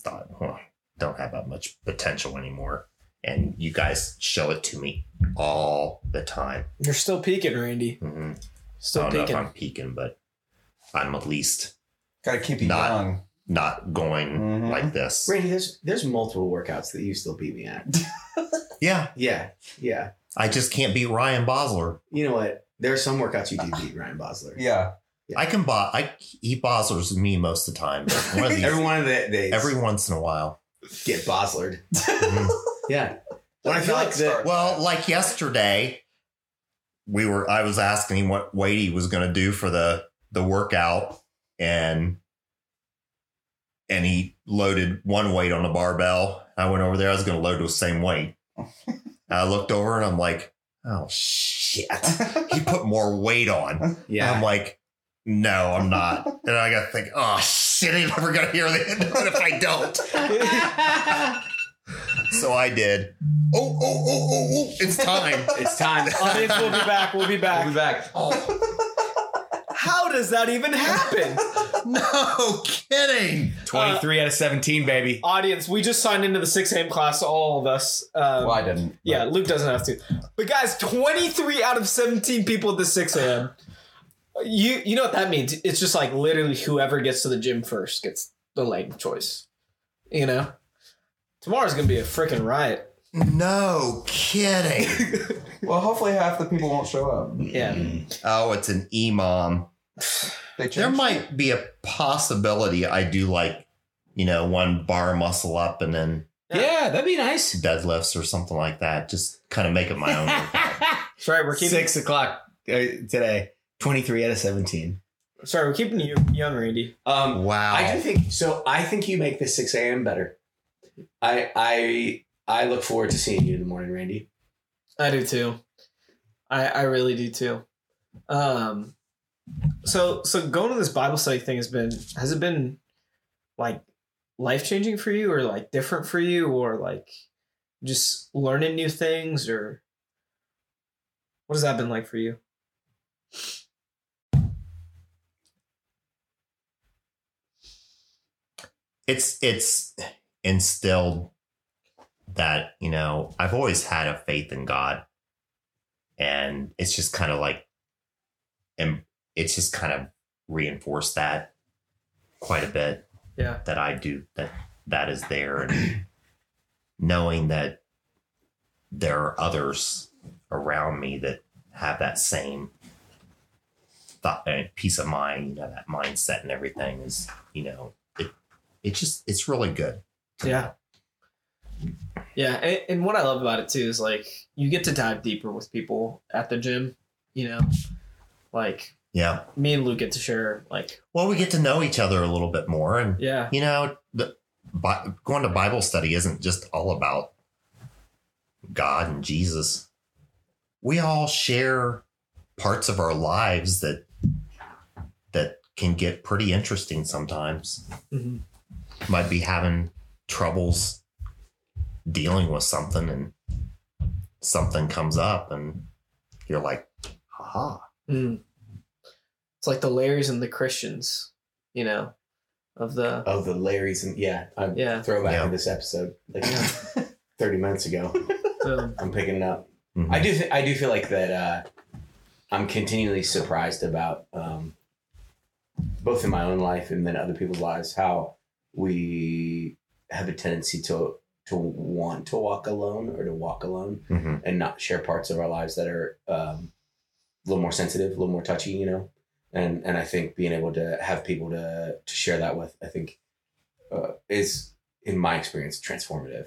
thought, well, don't have that much potential anymore. And you guys show it to me all the time.
You're still peaking, Randy.
Mhm. I
Still
don't know if
peaking.
I'm peaking, but I'm at least
gotta keep you
Not-
young.
not going
Mhm.
like this.
Randy, there's there's multiple workouts that you still beat me at.
Yeah.
Yeah. Yeah.
I just can't beat Ryan Bosler.
You know what? There are some workouts you do beat Ryan Bosler.
Yeah.
I can buy. I he bozzers me most of the time. but One of these,
Every
every,
one of the days.
once in a while.
get Boslered.
Mhm.
Yeah. When I feel like that.
well, like yesterday, we were. I was asking him what weight he was going to do for the the workout, and and he loaded one weight on the barbell. I went over there. I was going to load the same weight. I looked over and I'm like, oh shit! He put more weight on. And I'm
Yeah.
like, no, I'm not. and I gotta think, oh shit, I'm never gonna hear the end of it if I don't. So I did. Oh, oh, oh, oh, oh, it's time.
it's time.
Audience, we'll be back. We'll be
We'll be
back.
back.
How does that even happen?
no kidding.
23
out of 17, baby.
Audience, we just signed into the 6 a.m. class, all of us. Um,
Well, I didn't. but-
yeah, Luke doesn't have to. But guys, 23 out of 17 people at the 6 a.m. You you know what that means? It's just like literally whoever gets to the gym first gets the lane choice. You know? Tomorrow's gonna be a freaking riot.
No kidding.
Well, hopefully half the people won't show up.
Yeah.
oh, it's an imam.
They
There
change.
might be a possibility I do like, you know, one bar muscle up and then
Yeah, that'd be nice.
deadlifts or something like that. Just kind of make it my own.
Um,
workout.
Sorry, we're keeping
Six o'clock uh, today. Twenty-three out of seventeen.
sorry, we're keeping you young, Randy.
Um,
wow.
I do think so. I think you make the six a.m. better. I I I look forward to seeing you in the morning, Randy.
I do too. I I really do too. Um so so going to this Bible study thing has been has it been like life changing for you or like different for you or like just learning new things or what has that been like for you?
it's it's instilled that you know i've always had a faith in god and it's just kind of like and it's just kind of reinforced that quite a bit
Yeah.
that i do that that is there and knowing that there are others around me that have that same thought and peace of mind you know that mindset and everything is you know it it just it's really good
Yeah. Yeah, and, and what I love about it too is like you get to dive deeper with people at the gym, you know. Like
yeah
me and Luke get to share like
well we get to know each other a little bit more and
yeah,
you know the, Bi- going to bible study isn't just all about god and jesus we all share parts of our lives that that can get pretty interesting sometimes
Mhm.
might be having troubles dealing with something and something comes up and you're like haha
Mm. It's like the Larrys and the Christians, you know, of the
Oh, the Larrys and yeah, I'm
yeah.
throwback
Yeah.
of this episode like
Yeah.
thirty minutes ago.
the-
I'm picking it up.
Mhm.
I do. Th- I do feel like that. Uh, I'm continually surprised about um, both in my own life and then other people's lives how we have a tendency to to want to walk alone or to walk alone
Mhm.
and not share parts of our lives that are um, a little more sensitive, a little more touchy, you know. And and I think being able to have people to to share that with, I think, uh, is in my experience transformative,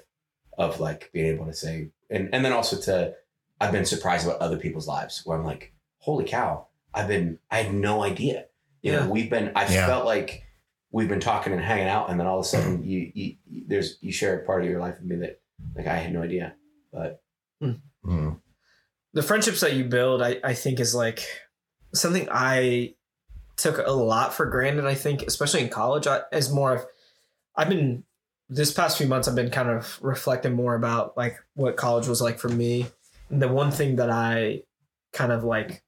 of like being able to say and and then also to, I've been surprised about other people's lives where I'm like, holy cow, I've been I had no idea. You
Yeah.
know, we've been I
Yeah.
felt like we've been talking and hanging out, and then all of a sudden you, you you- there's you share a part of your life with me that like I had no idea, but
Mhm.
the friendships that you build, I, I think is like something I took a lot for granted. I think, especially in college, I, is more of I've been this past few months. I've been kind of reflecting more about like what college was like for me. And the one thing that I kind of like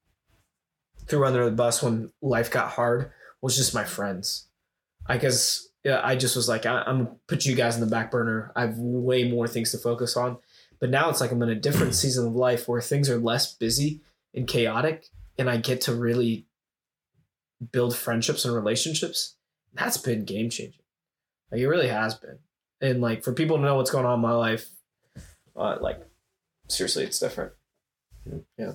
threw under the bus when life got hard was just my friends. I guess yeah, I just was like, I, I'm gonna put you guys in the back burner. I have way more things to focus on. But now it's like I'm in a different season of life where things are less busy and chaotic, and I get to really build friendships and relationships. That's been game changing. Like it really has been. And like for people to know what's going on in my life, uh, like seriously, it's different. Yeah.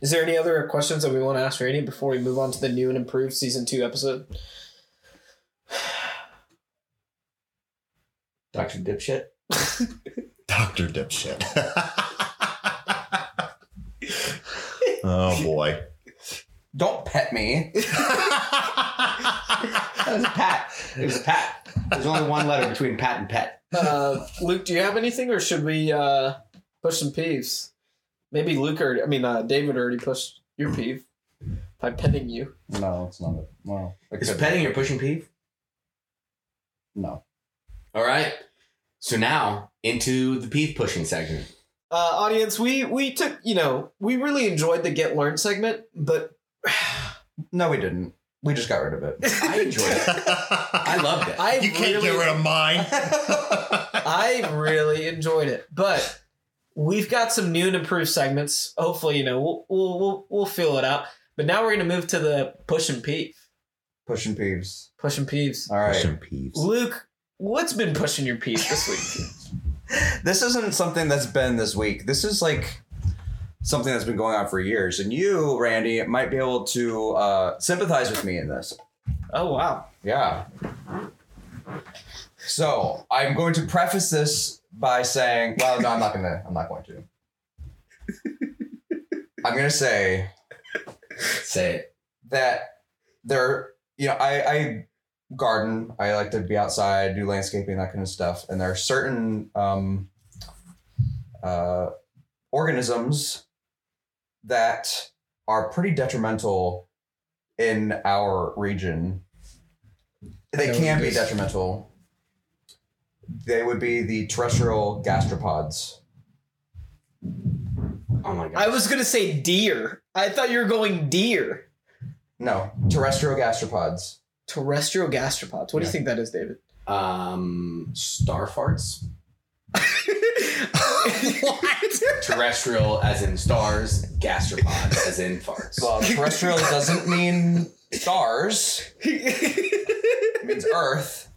Is there any other questions that we want to ask Randy before we move on to the new and improved season two episode?
Dr. Dipshit.
Dr. Dipshit. oh boy.
Don't pet me.
That was a pat. It was a pat. There's only one letter between pat and pet.
uh, Luke, do you have anything, or should we uh, push some peeves? Maybe Luke or I mean uh, David already pushed your peeve by petting you.
No, it's not. A, well, it
Is
could be.
petting your pushing peeve?
No.
All right. So now into the peeve pushing segment.
Uh, audience, we we took you know we really enjoyed the get learned segment, but
No, we didn't. We just got rid of it.
I enjoyed it. I loved it.
I
you can't
really,
get rid of mine.
I really enjoyed it, but we've got some new and improved segments. Hopefully, you know we'll we'll we'll, we'll fill it out. But now we're gonna move to the push and peeve.
Pushing peeves.
Push and peeves.
All right.
Pushing peeves.
Luke, what's been pushing your peeve this week?
this isn't something that's been this week. This is like something that's been going on for years. And you, Randy, might be able to uh, sympathize with me in this.
oh wow.
Yeah. So I'm going to preface this by saying, well, no, I'm not gonna. I'm not going to. I'm gonna say
Say it.
that there, you know, I, I garden. I like to be outside, do landscaping, that kind of stuff. And there are certain um, uh, organisms that are pretty detrimental in our region. They
That
can
would
be
be-
detrimental. They would be the terrestrial gastropods.
Oh my god.
I was gonna say deer. I thought you were going deer.
No, terrestrial gastropods.
Terrestrial gastropods. What do you think that is, David?
um star farts.
what?
Terrestrial as in stars, gastropods as in farts.
Well, terrestrial doesn't mean stars. It means Earth.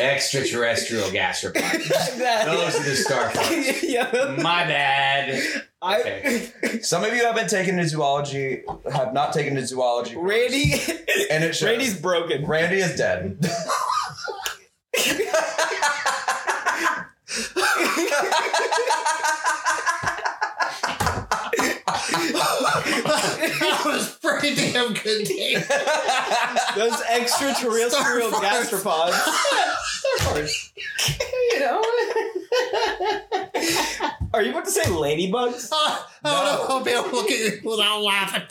Extraterrestrial gastropods. Those
that,
are the star farts.
yeah.
My bad.
I,
Okay.
Some of you haven't taken to zoology, have not taken to zoology,
Randy,
and it shows.
Randy's broken.
Randy is dead.
that was pretty damn good. Dave.
Those extraterrestrial gastropods. you know. Are you about to say ladybugs?
I don't know if I'll be able to look at it without laughing.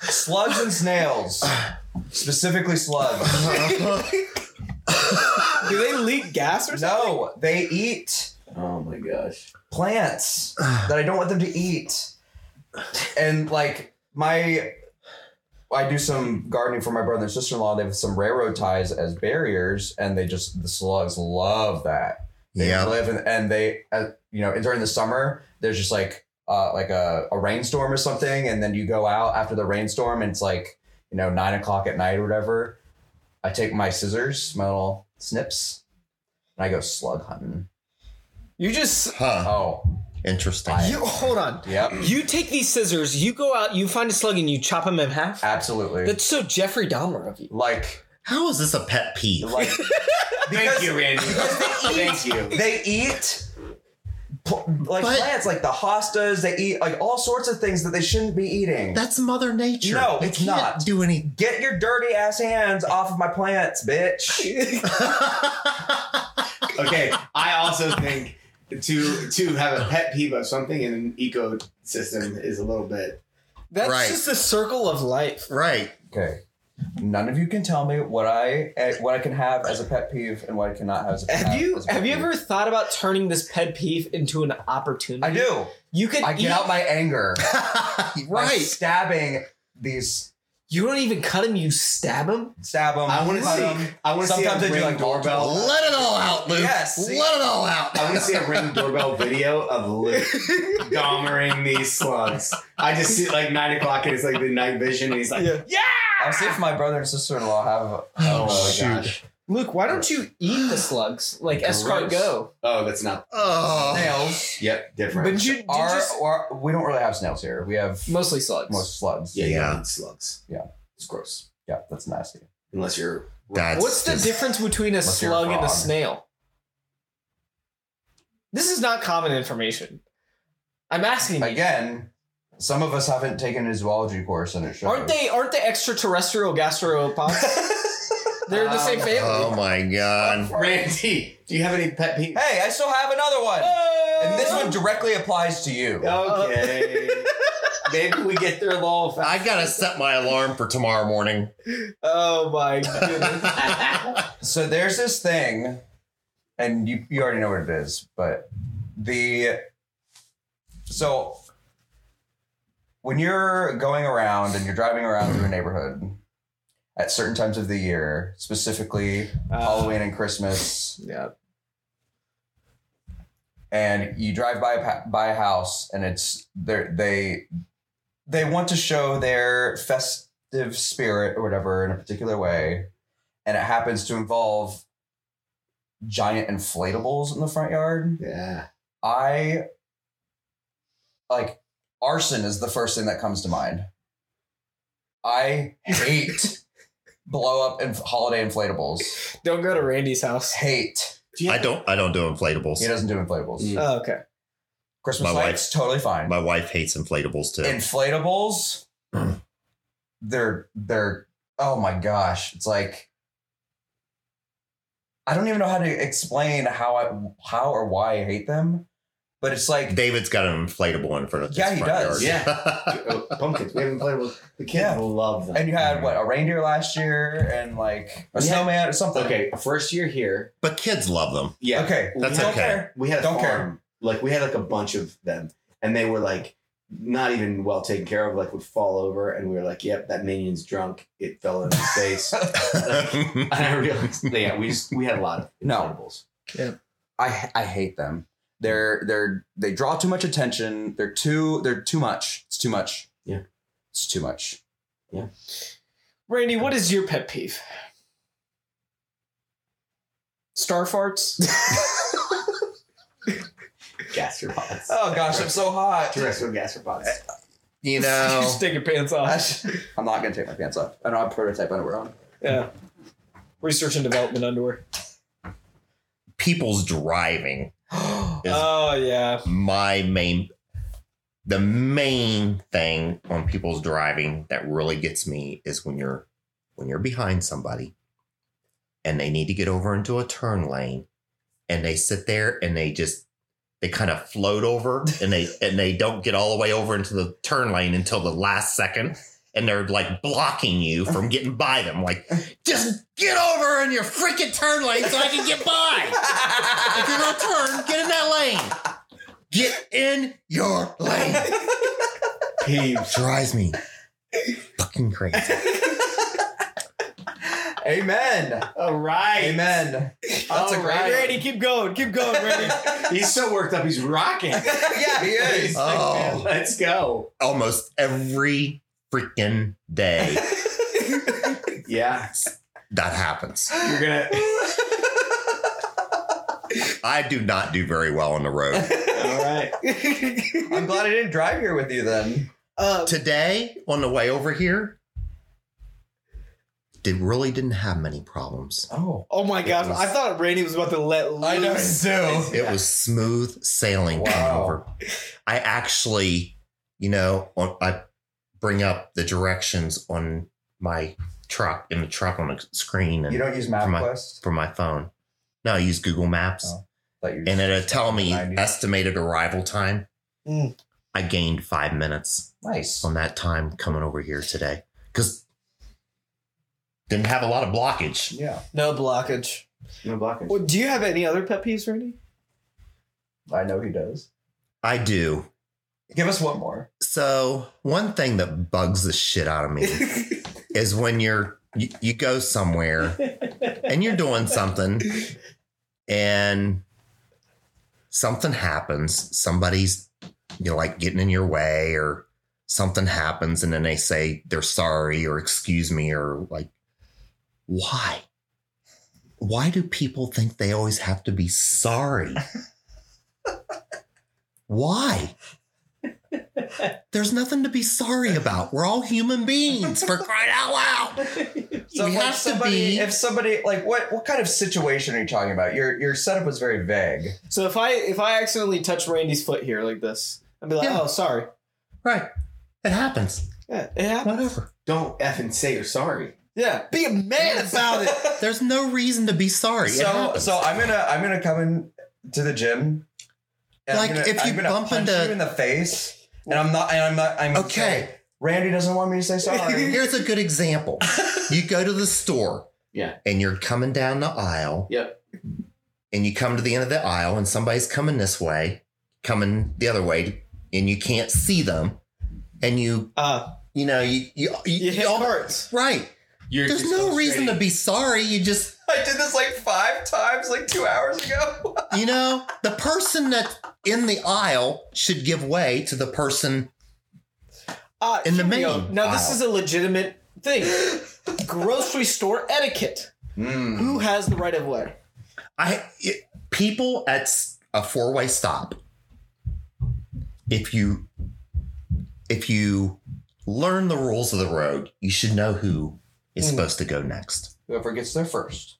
Slugs and snails, specifically slugs.
Do they leak gas or something?
No, they eat
Oh my gosh.
plants that I don't want them to eat, and like my. I do some gardening for my brother and sister in law. They have some railroad ties as barriers, and they just the slugs love that. they
Yeah.
live and, and they uh, you know during the summer there's just like uh, like a, a rainstorm or something and then you go out after the rainstorm and it's like you know nine o'clock at night or whatever i take my scissors my little snips and i go slug hunting
You just
Huh.
oh
Interesting.
you hold on.
yep
You take these scissors. You go out. You find a slug and you chop him in half.
absolutely
That's so Jeffrey Dahmer of you.
like
How is this a pet peeve?
like
Thank you, Randy. Thank you.
they eat pl- like
But-
plants like the hostas they eat like all sorts of things that they shouldn't be eating
That's Mother Nature.
No,
You
it's
can't
not.
Do any.
get your dirty ass hands off of my plants bitch
Okay, I also think to to have a pet peeve of something in an ecosystem is a little bit.
That's
Right.
just the circle of life.
right.
Okay. None of you can tell me what I eh, what I can have as a pet peeve and what I cannot have as a pet
Have you
as a pet
have you
peeve.
ever thought about turning this pet peeve into an opportunity?
I do.
You could
I get
eat-
out my anger. by
right.
stabbing these
You don't even cut him. You stab him.
stab them.
I want to see. I want to see a
Sometimes I do
ring
like
doorbell.
Let it all out, Luke.
Yes.
Let it all out.
I want to see a ring doorbell video of Luke gommering these slugs. I just see it like nine o'clock and it's like the night vision and he's like,
Yeah.
I'll see if my brother and sister in law have.
oh, my
shoot.
gosh.
Luke, why don't you eat the slugs like
Gross.
escargot?
Oh, that's not.
Oh.
Snails
Yep, different.
But you, you
are,
just
are- we don't really have snails here. We have
mostly slugs.
most slugs.
yeah, you
Yeah.
don't eat slugs.
Yeah.
It's gross.
yeah, that's nasty.
Unless you're.
That's
What's the
just-
difference between a
Unless you're a
slug and a
frog.
snail? This is not common information. I'm asking you.
Again, some of us haven't taken a zoology course, and it shows.
Aren't they aren't they extraterrestrial gastropods? They're the same
Um,
family.
Oh my god.
Randy, do you have any pet peeve?
Hey, I still have another one,
Oh!
and this one directly applies to you.
Okay. Maybe we get there a little fast.
I gotta set my alarm for tomorrow morning.
Oh my goodness.
So there's this thing, and you you already know what it is, but the so when you're going around and you're driving around through a neighborhood at certain times of the year, specifically
Uh,
Halloween and Christmas,
yeah.
and you drive by a, pa- by a house and it's there they they want to show their festive spirit or whatever in a particular way, and it happens to involve giant inflatables in the front yard.
Yeah.
I like arson is the first thing that comes to mind. I hate blow up and holiday inflatables.
Don't go to Randy's house.
Hate.
I don't. I don't do inflatables.
He doesn't do inflatables.
Mm.
Oh, okay.
Christmas
My
lights, totally fine.
My wife hates inflatables too.
Inflatables,
Hmm.
they're they're oh my gosh, it's like I don't even know how to explain how I how or why I hate them, but it's like
David's got an inflatable in front of
Yeah,
his
he
front
does.
yard.
Oh, pumpkins. We haven't played with the kids.
Yeah.
Love them.
and you
Hmm.
had what a reindeer last year and like a
Yeah.
snowman or something.
okay.
First year here.
but kids love them.
Yeah.
okay,
That's
don't
okay.
care.
We had a
Don't care.
farm. Like we had like a bunch of them, and they were like not even well taken care of. Like would fall over, and we were like, "Yep, that minion's drunk. It fell in his face."
I
and I realized, yeah, we just we had a lot of
No.
inflatables.
I I hate them. They're they're they draw too much attention. They're too they're too much. It's too much.
Yeah.
it's too much.
Randy, what is your pet peeve? Star farts?
Gastropods.
Oh gosh, I'm so hot.
Terrestrial gastropods.
you
you
know,
just take your pants
I
off.
sh- I'm not gonna take my pants off. I don't have prototype underwear on.
Yeah. Research and development underwear.
people's driving Is-
oh yeah.
my main the main thing on people's driving that really gets me is when you're when you're behind somebody and they need to get over into a turn lane and they sit there and they just they kind of float over and they and they don't get all the way over into the turn lane until the last second and they're like blocking you from getting by them like just get over in your freaking turn lane so I can get by if you're gonna turn, get in that lane. Get in your lane.
Peeves.
Drives me fucking crazy.
Amen.
All right.
Amen. That's a
All
great.
right.
Randy, keep going. Keep going, Randy.
He's so worked up. He's rocking.
yeah, he
He's
is. Uh,
like, man,
Oh.
let's go.
Almost every freaking day
Yeah.
that happens.
You're gonna.
I do not do very well on the road.
All right.
I'm glad I didn't drive here with you then.
Uh,
Today, on the way over here, did really didn't have many problems.
Oh,
oh my gosh. I thought Randy was about to let loose.
I know you do.
It was smooth sailing coming
Wow.
over. I actually, you know, on, I bring up the directions on my truck in the truck on the screen and
You don't use
From my-
MapQuest.
from my phone. No, I use Google Maps,
Oh. Thought you-
and it'll tell me
90.
estimated arrival time.
Mm.
I gained five minutes
nice.
on that time coming over here today because didn't have a lot of blockage.
Yeah,
No blockage.
No blocking.
Well, do you have any other pet peeves, Randy?
I know he does.
I do.
Give us one more.
So one thing that bugs the shit out of me is when you're you, you go somewhere and you're doing something and something happens somebody's you know like getting in your way or something happens and then they say they're sorry or excuse me or like why why do people think they always have to be sorry why there's nothing to be sorry about we're all human beings for crying out loud
So
We
like,
have to
somebody,
be-
if somebody like what what kind of situation are you talking about? Your your setup was very vague.
So if I if I accidentally touch Randy's foot here like this, I'd be like,
Yeah.
oh sorry.
right it happens
Yeah, it happened.
whatever
Don't effing say you're sorry.
Yeah, be a man about it.
There's no reason to be sorry. It
so
happens.
so I'm gonna I'm gonna come in to the gym. And
Like,
I'm gonna,
if you
I'm gonna
bump
punch
into-
you in the face, and I'm not and I'm not I'm gonna
Okay.
say, Randy doesn't want me to say sorry.
here's a good example. you go to the store.
Yeah.
And you're coming down the aisle.
Yep.
And you come to the end of the aisle, and somebody's coming this way, coming the other way, and you can't see them, and you
Uh,
you know you you, you,
you hit
you all-
hearts.
right.
You're
There's
just
no reason to
illustrating-
be sorry. You just
I did this like five times, like two hours ago.
you know the person that's in the aisle should give way to the person
Uh,
In the
here we
main
go. Now, this
aisle.
is a legitimate thing. Grocery store etiquette.
"Hmm,
Who has the right of way?
I it, people at s- a four way stop. If you if you learn the rules of the road, you should know who is
Mm.
supposed to go next.
Whoever gets there first.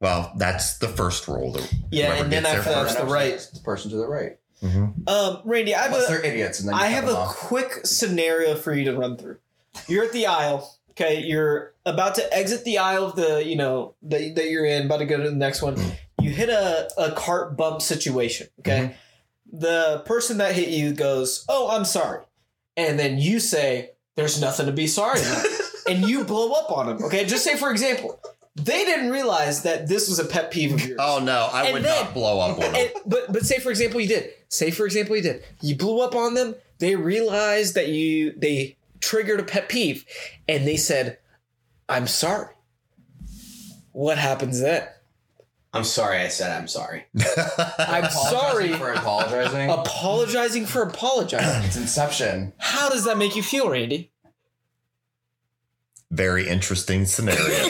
Well, that's the first rule. the-
Yeah,
whoever
and then
gets there
after that,
first.
the right.
The person to the right.
Mhm.
Um, Randy, I have
Unless
a,
they're idiots and then you
I
cut
have
them
a
off.
quick scenario for you to run through. You're at the aisle. Okay, you're about to exit the aisle of the you know that, that you're in, about to go to the next one. You hit a, a cart bump situation. Okay,
Mm-hmm.
the person that hit you goes, "Oh, I'm sorry," and then you say, "There's nothing to be sorry about," and you blow up on them. Okay, just say for example, they didn't realize that this was a pet peeve of yours.
Oh no, I
And
would
then-
not blow up on them.
And- but but say for example you did. Say for example you did. You blew up on them. They realized that you they triggered a pet peeve, and they said, "I'm sorry." What happens then?
I'm sorry I said I'm sorry.
I'm sorry.
For apologizing.
Apologizing for apologizing.
it's Inception.
How does that make you feel, Randy?
Very interesting scenario.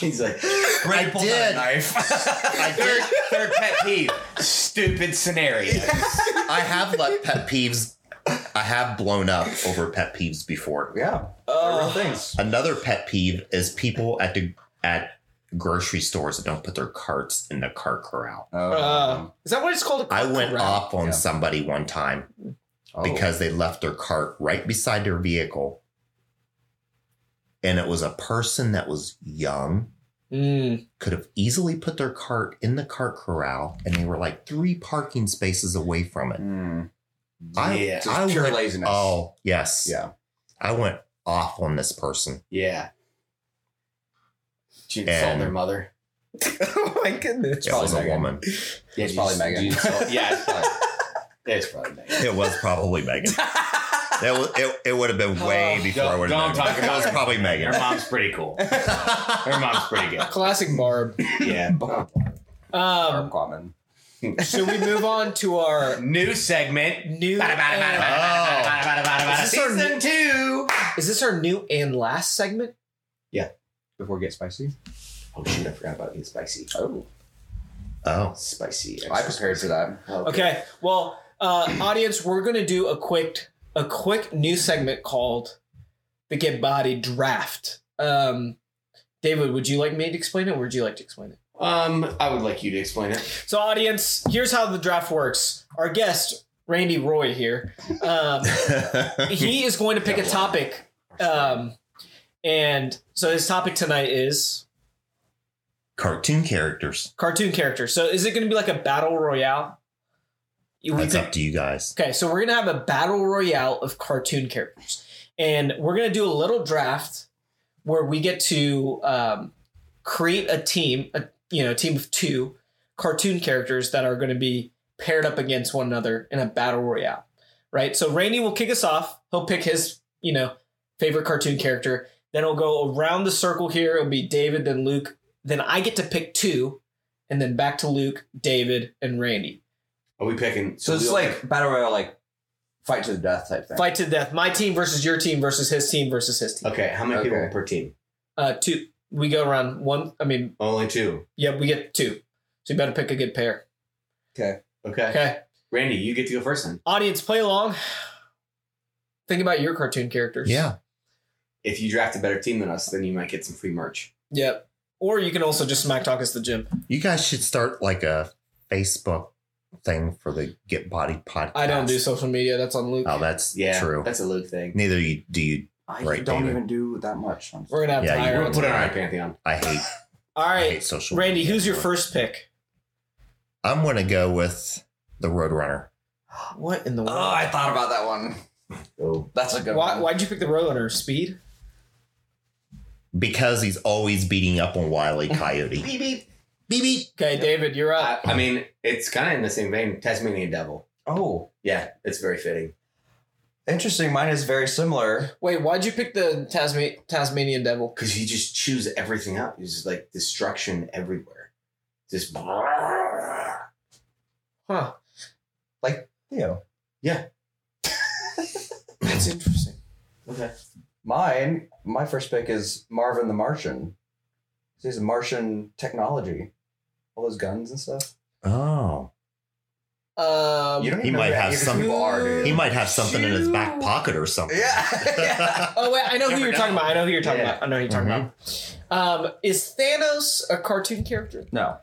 He's like,
I did. I did.
third pet peeve, stupid scenario.
I have let pet peeves. I have blown up over pet peeves before.
Yeah.
Uh,
They're real
Oh,
things.
Another pet peeve is people at the at grocery stores that don't put their carts in the cart corral.
um,
Oh,
uh, is that what it's called?
I went
Corral.
off on
Yeah.
somebody one time
oh.
because they left their cart right beside their vehicle. And it was a person that was young,
Mm.
could have easily put their cart in the cart corral, and they were like three parking spaces away from it.
Mm.
I-
yeah,
Just pure
went-
laziness.
Oh, yes.
Yeah.
I went off on this person.
yeah. Did you insult
And-
their mother?
oh my goodness.
It was a
Megan.
woman.
Yeah,
It's
did
probably
you-
Megan.
did you insult- yeah, it's probably, it's probably Megan.
It was probably Megan. That was, it, it would have been way
Oh,
before
don't-
I would
don't
have known.
talk
It
about
was
it.
probably Megan.
Her mom's pretty cool. Her mom's pretty good.
Classic Barb.
Yeah. Oh,
Barb
Um,
Common.
should we move on to our
New segment.
new?
Bada, bada, bada,
and-
bada, bada, bada, bada, bada,
Is this our
Season
new-
two.
Is this our new and last segment?
Before get spicy.
Oh shit! I forgot about the spicy. Oh,
Oh,
spicy.
I prepared for that.
Okay. Well, uh, audience, we're gonna do a quick a quick new segment called the Get Body Draft. Um, David, would you like me to explain it, or would you like to explain it?
Um, I would like you to explain it.
So, audience, here's how the draft works. Our guest, Randy Roy, here. Um, he is going to pick a topic, um, and so his topic tonight is
cartoon characters.
cartoon characters. So, is it going to be like a battle royale? We
That's
pick-
up to you guys.
Okay, so we're gonna have a battle royale of cartoon characters, and we're gonna do a little draft where we get to um, create a team, a you know, a team of two cartoon characters that are gonna be paired up against one another in a battle royale, right? So Rainey will kick us off. He'll pick his you know favorite cartoon character. Then it'll go around the circle here. It'll be David, then Luke, then I get to pick two, and then back to Luke, David, and Randy.
Are we picking?
So it's
we'll-
like battle royale, like fight to the death type thing.
Fight to the death. My team versus your team versus his team versus his team.
Okay, how many
Okay.
people per team?
Uh, two. We go around one. I mean,
Only two.
yeah, we get two. So you better pick a good pair.
Okay.
Okay.
Randy, you get to go first then.
Audience, play along. Think about your cartoon characters.
Yeah.
If you draft a better team than us, then you might get some free merch.
Yep. Or you can also just smack talk us the gym.
You guys should start like a Facebook thing for the Get Body podcast.
I don't do social media. That's on Luke.
Oh, that's
Yeah,
true.
That's a Luke thing.
Neither you do you.
I
Right,
don't
David.
even do that much. I'm
We're gonna have
Yeah,
to
you
hire.
We'll
don't.
him.
put it on our pantheon.
I hate.
All
I
right,
hate social.
Randy,
media
who's your
anymore.
first pick?
I'm gonna go with the Roadrunner.
What in the
Oh,
world?
I thought about that one.
Oh,
That's a good
Why,
one.
why'd you pick the Roadrunner? Speed.
because he's always beating up on Wiley Coyote. beep beep beep beep.
Okay, David, you're up.
I, Uh, I mean, it's kind of in the same vein. Tasmanian Devil.
Oh,
Yeah, it's very fitting.
interesting. Mine is very similar.
Wait, why'd you pick the Tasma- Tasmanian Devil?
Because you just chews everything up. It's just like destruction everywhere. Just.
Huh.
Theo.
Yeah.
That's interesting.
Okay.
Mine, my first pick is Marvin the Martian. He's Martian technology, all those guns and stuff.
Oh,
Um,
You don't
He
even know
might
who
have
any of these
some-
people are, dude.
he might have something in his back
Shoot.
pocket or something.
Yeah, yeah.
oh wait, I know who
Never know.
you're
Mm-hmm.
talking about. I know who you're talking
Yeah.
about. I know who you're talking about. Um, is Thanos a cartoon character?
No,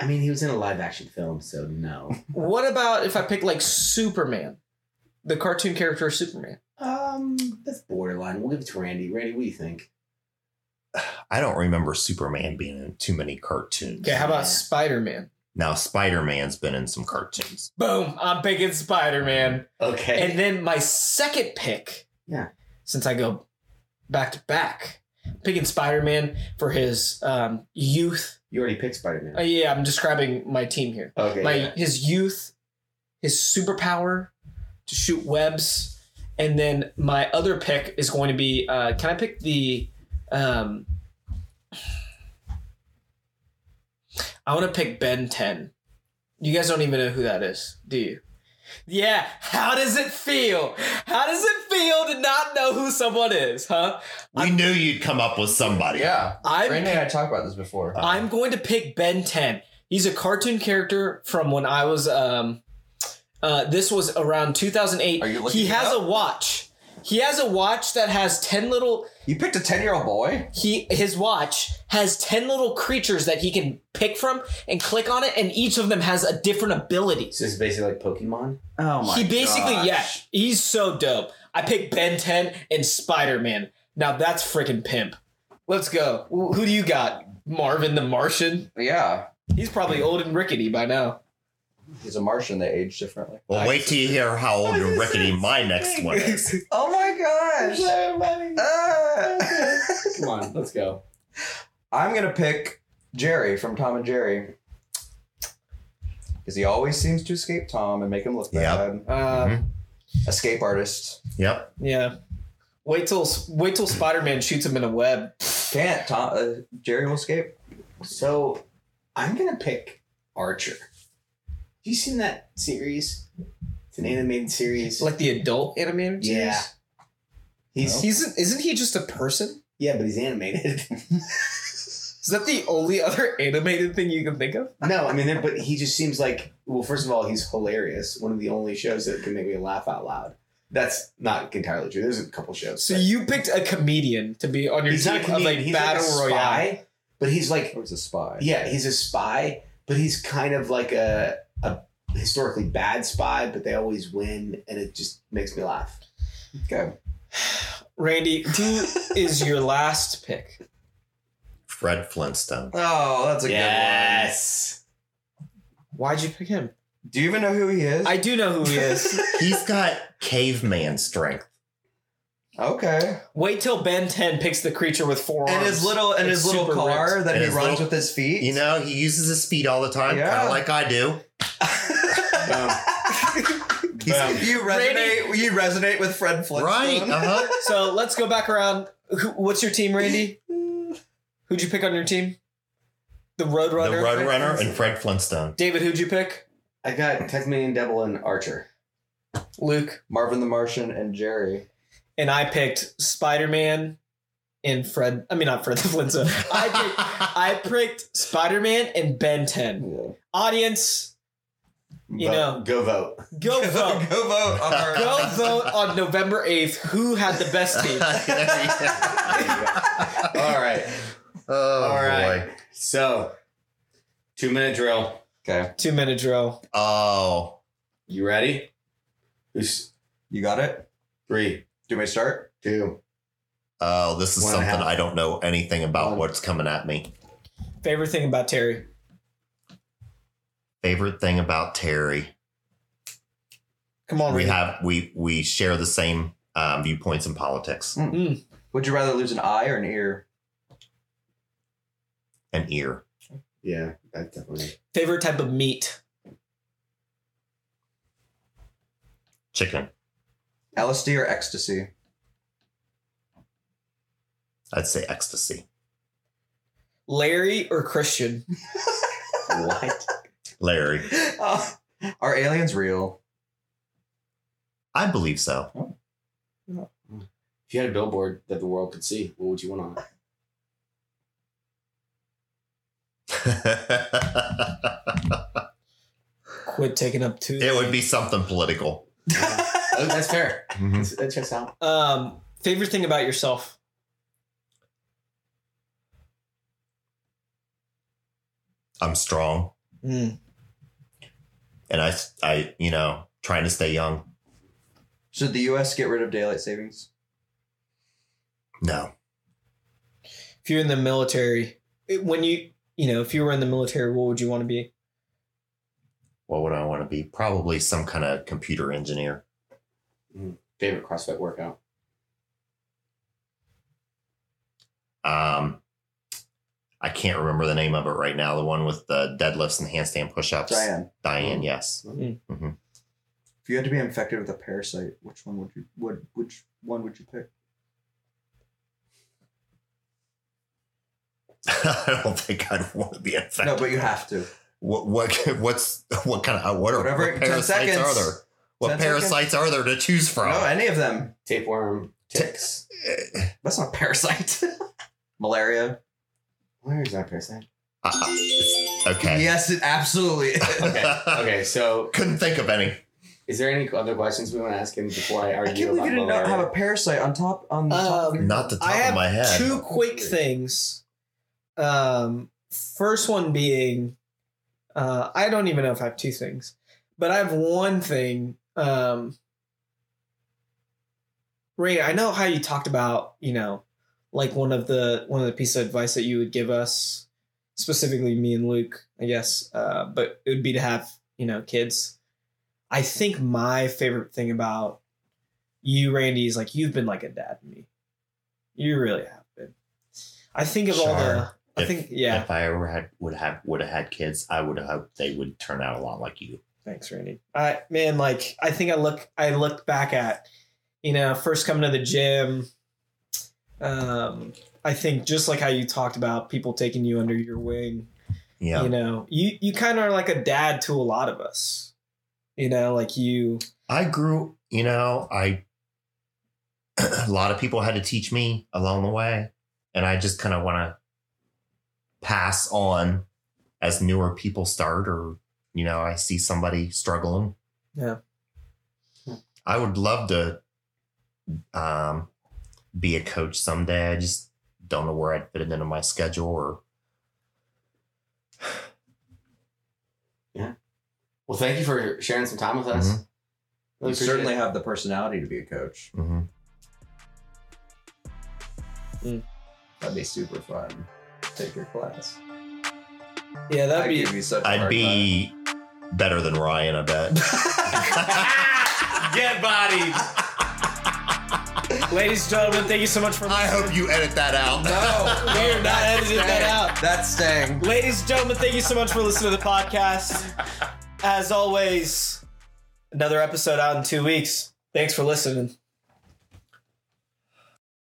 I mean, he was in a live action film, so no.
What about if I pick like Superman, the cartoon character of Superman?
Um, that's borderline. We'll give it to Randy. Randy, what do you think?
I don't remember Superman being in too many cartoons.
Okay, how
Yeah.
about Spider Man?
Now Spider Man's been in some cartoons.
Boom! I'm picking Spider Man,
Okay.
and then my second pick.
Yeah.
Since I go back to back, picking Spider Man for his um, youth.
you already picked Spider
Uh,
Man.
yeah, I'm describing my team here.
Okay.
my
yeah.
his youth, his superpower to shoot webs, and then my other pick is going to be. Uh, can I pick the? Um, I want to pick Ben Ten. You guys don't even know who that is, do you? Yeah. How does it feel? How does it feel to not know who someone is, huh?
We knew you'd come up with somebody.
yeah.
I'm
Randy and I talked about this before.
I'm going to pick Ben 10. He's a cartoon character from when I was um uh this was around 2008.
Are you looking
he
it
has
up?
a watch. He has a watch that has 10 little
you picked a ten-year-old boy.
he his watch has 10 little creatures that he can pick from and click on it and each of them has a different ability.
So it's basically like Pokemon.
Oh
he basically yeah,
gosh.
he's so dope. I picked Ben 10 and Spider-Man. Now that's freaking pimp. Let's go. Who who do you got? Marvin the Martian?
yeah.
He's probably old and rickety by now.
He's a Martian. They age differently.
Well, wait till you hear how old and rickety my next one is.
Oh my gosh. Ah.
Come on, let's go.
I'm gonna pick Jerry from Tom and Jerry. Because he always seems to escape Tom and make him look
Yep.
bad.
Uh,
Mhm.
Escape artist.
Yep.
Yeah. Wait till wait till Spider Man shoots him in a web.
Can't Tom uh, Jerry will escape.
So I'm gonna pick Archer. Have you seen that series? It's an animated series.
Like the adult animated series.
yeah. He's
He's isn't he just a person?
yeah, but he's animated.
Is that the only other animated thing you can think of?
no, I mean, but he just seems like well. First of all, he's hilarious. One of the only shows that can make me laugh out loud. That's not entirely true. There's a couple shows.
So
but-
you picked a comedian to be on your
he's
team
not a comedian.
of like
he's
battle
like a
royale.
spy, but he's like
Or he's a spy.
yeah, he's a spy, but he's kind of like a a historically bad spy. But they always win, and it just makes me laugh.
Okay.
Randy, who is your last pick?
Fred Flintstone.
Oh, that's a
Why'd you pick him?
good one. Do you even know who he is?
I do know who he is.
He's got caveman strength.
okay.
Wait till Ben Ten picks the creature with four
And
arms.
his little and
It's
his little
super
car
ripped.
that
And
he
his
runs
little-
with his feet.
You know, he uses his feet all the time,
Yeah.
kind of like I do.
He's- you resonate. You resonate with Fred Flintstone.
Right. Uh-huh.
So let's go back around. Who, what's your team, Randy? Who'd you pick on your team? The
the
Roadrunner.
Roadrunner and Fred Flintstone.
David, who'd you pick?
I got Tasmanian Devil and Archer.
Luke.
Marvin the Martian and Jerry.
And I picked Spider Man and Fred. I mean, not Fred the Flintstone. I picked, I picked Spider Man and Ben 10. Audience, You know.
go vote.
go vote.
Go vote on our-
Go vote on November 8th who had the best team.
All right.
oh,
All right.
boy.
So, two minute drill.
Okay.
Two minute drill.
Oh.
You ready? Who's
You got it?
three,
Do we start?
two?
Oh, this is
One and a
something
half.
I don't know anything about
One.
what's coming at me.
Favorite thing about Terry?
Favorite thing about Terry.
Come on,
We
Randy.
have we we share the same um, viewpoints in politics.
Would you rather lose an eye or an ear?
An ear.
Yeah, that's definitely.
Favorite type of meat?
Chicken.
LSD or ecstasy?
I'd say ecstasy.
Larry or Christian?
What?
Larry.
Oh, are aliens real?
I believe so.
If you had a billboard that the world could see, what would you want on it?
Quit taking up two.
it would be something political.
Oh, that's fair.
Mm-hmm.
That's, that checks out.
Um, favorite thing about yourself?
I'm strong
Mm.
and I, I, you know, trying to stay young.
Should the U.S. get rid of daylight savings?
No,
If you're in the military, it- when you you know if you were in the military, what would you want to be?
what would I want to be? Probably some kind of computer engineer.
Favorite CrossFit workout?
Um, I can't remember the name of it right now. The one with the deadlifts and handstand pushups.
Diane,
Diane, yes. Mm-hmm.
if you had to be infected with a parasite, which one would you would which one would you pick?
I don't think I'd want to be infected.
No, but you have to.
What, what what's what kind of what are
Whatever,
what
10
parasites
seconds.
are there? What
10 seconds.
parasites are there to choose from?
No, any of them.
Tapeworm, ticks.
That's not a parasite. Malaria.
Where is that person?
Uh, okay.
Yes, it absolutely. Is.
Okay. Okay. So,
Couldn't think of any.
is there any other questions we want to ask him before I
I
argue
can't believe
about
you did not
malaria?
have a parasite on top on the top. Of
Um,
your-
Not the top
I
of
have
my head.
Two quick things. Um, first one being, uh, I don't even know if I have two things, but I have one thing. Um, Ray, I know how you talked about, you know, like one of the one of the pieces of advice that you would give us, specifically me and Luke, I guess. Uh, but it would be to have, you know, kids. I think my favorite thing about you, Randy, is like you've been like a dad to me. You really have been. I think of all the.
Sure.
I
If-
think yeah.
If I ever had would have would have had kids, I would hope they would turn out a lot like you.
Thanks, Randy. I man, like I think I look I look back at, you know, first coming to the gym. Um, I think just like how you talked about people taking you under your wing,
Yeah.
you know, you you kind of are like a dad to a lot of us. You know, like you.
I grew, you know, I a lot of people had to teach me along the way. And I just kind of want to pass on as newer people start or you know, I see somebody struggling.
Yeah.
I would love to um be a coach someday. I just don't know where I'd fit it into my schedule or
Well, thank you for sharing some time with us.
Mhm.
Really
You
appreciate
certainly
it.
have the personality to be a coach.
Mhm.
That'd be super fun. Take your class.
Yeah, that'd be.
give you such a
I'd
hard
be better than Ryan, I bet.
Get bodied.
Ladies and gentlemen, thank you so much for.
I hope you edit that out.
time.
we are not editing that out.
That's staying.
Ladies and gentlemen, thank you so much for listening to the podcast. As always, another episode out in two weeks. Thanks for listening.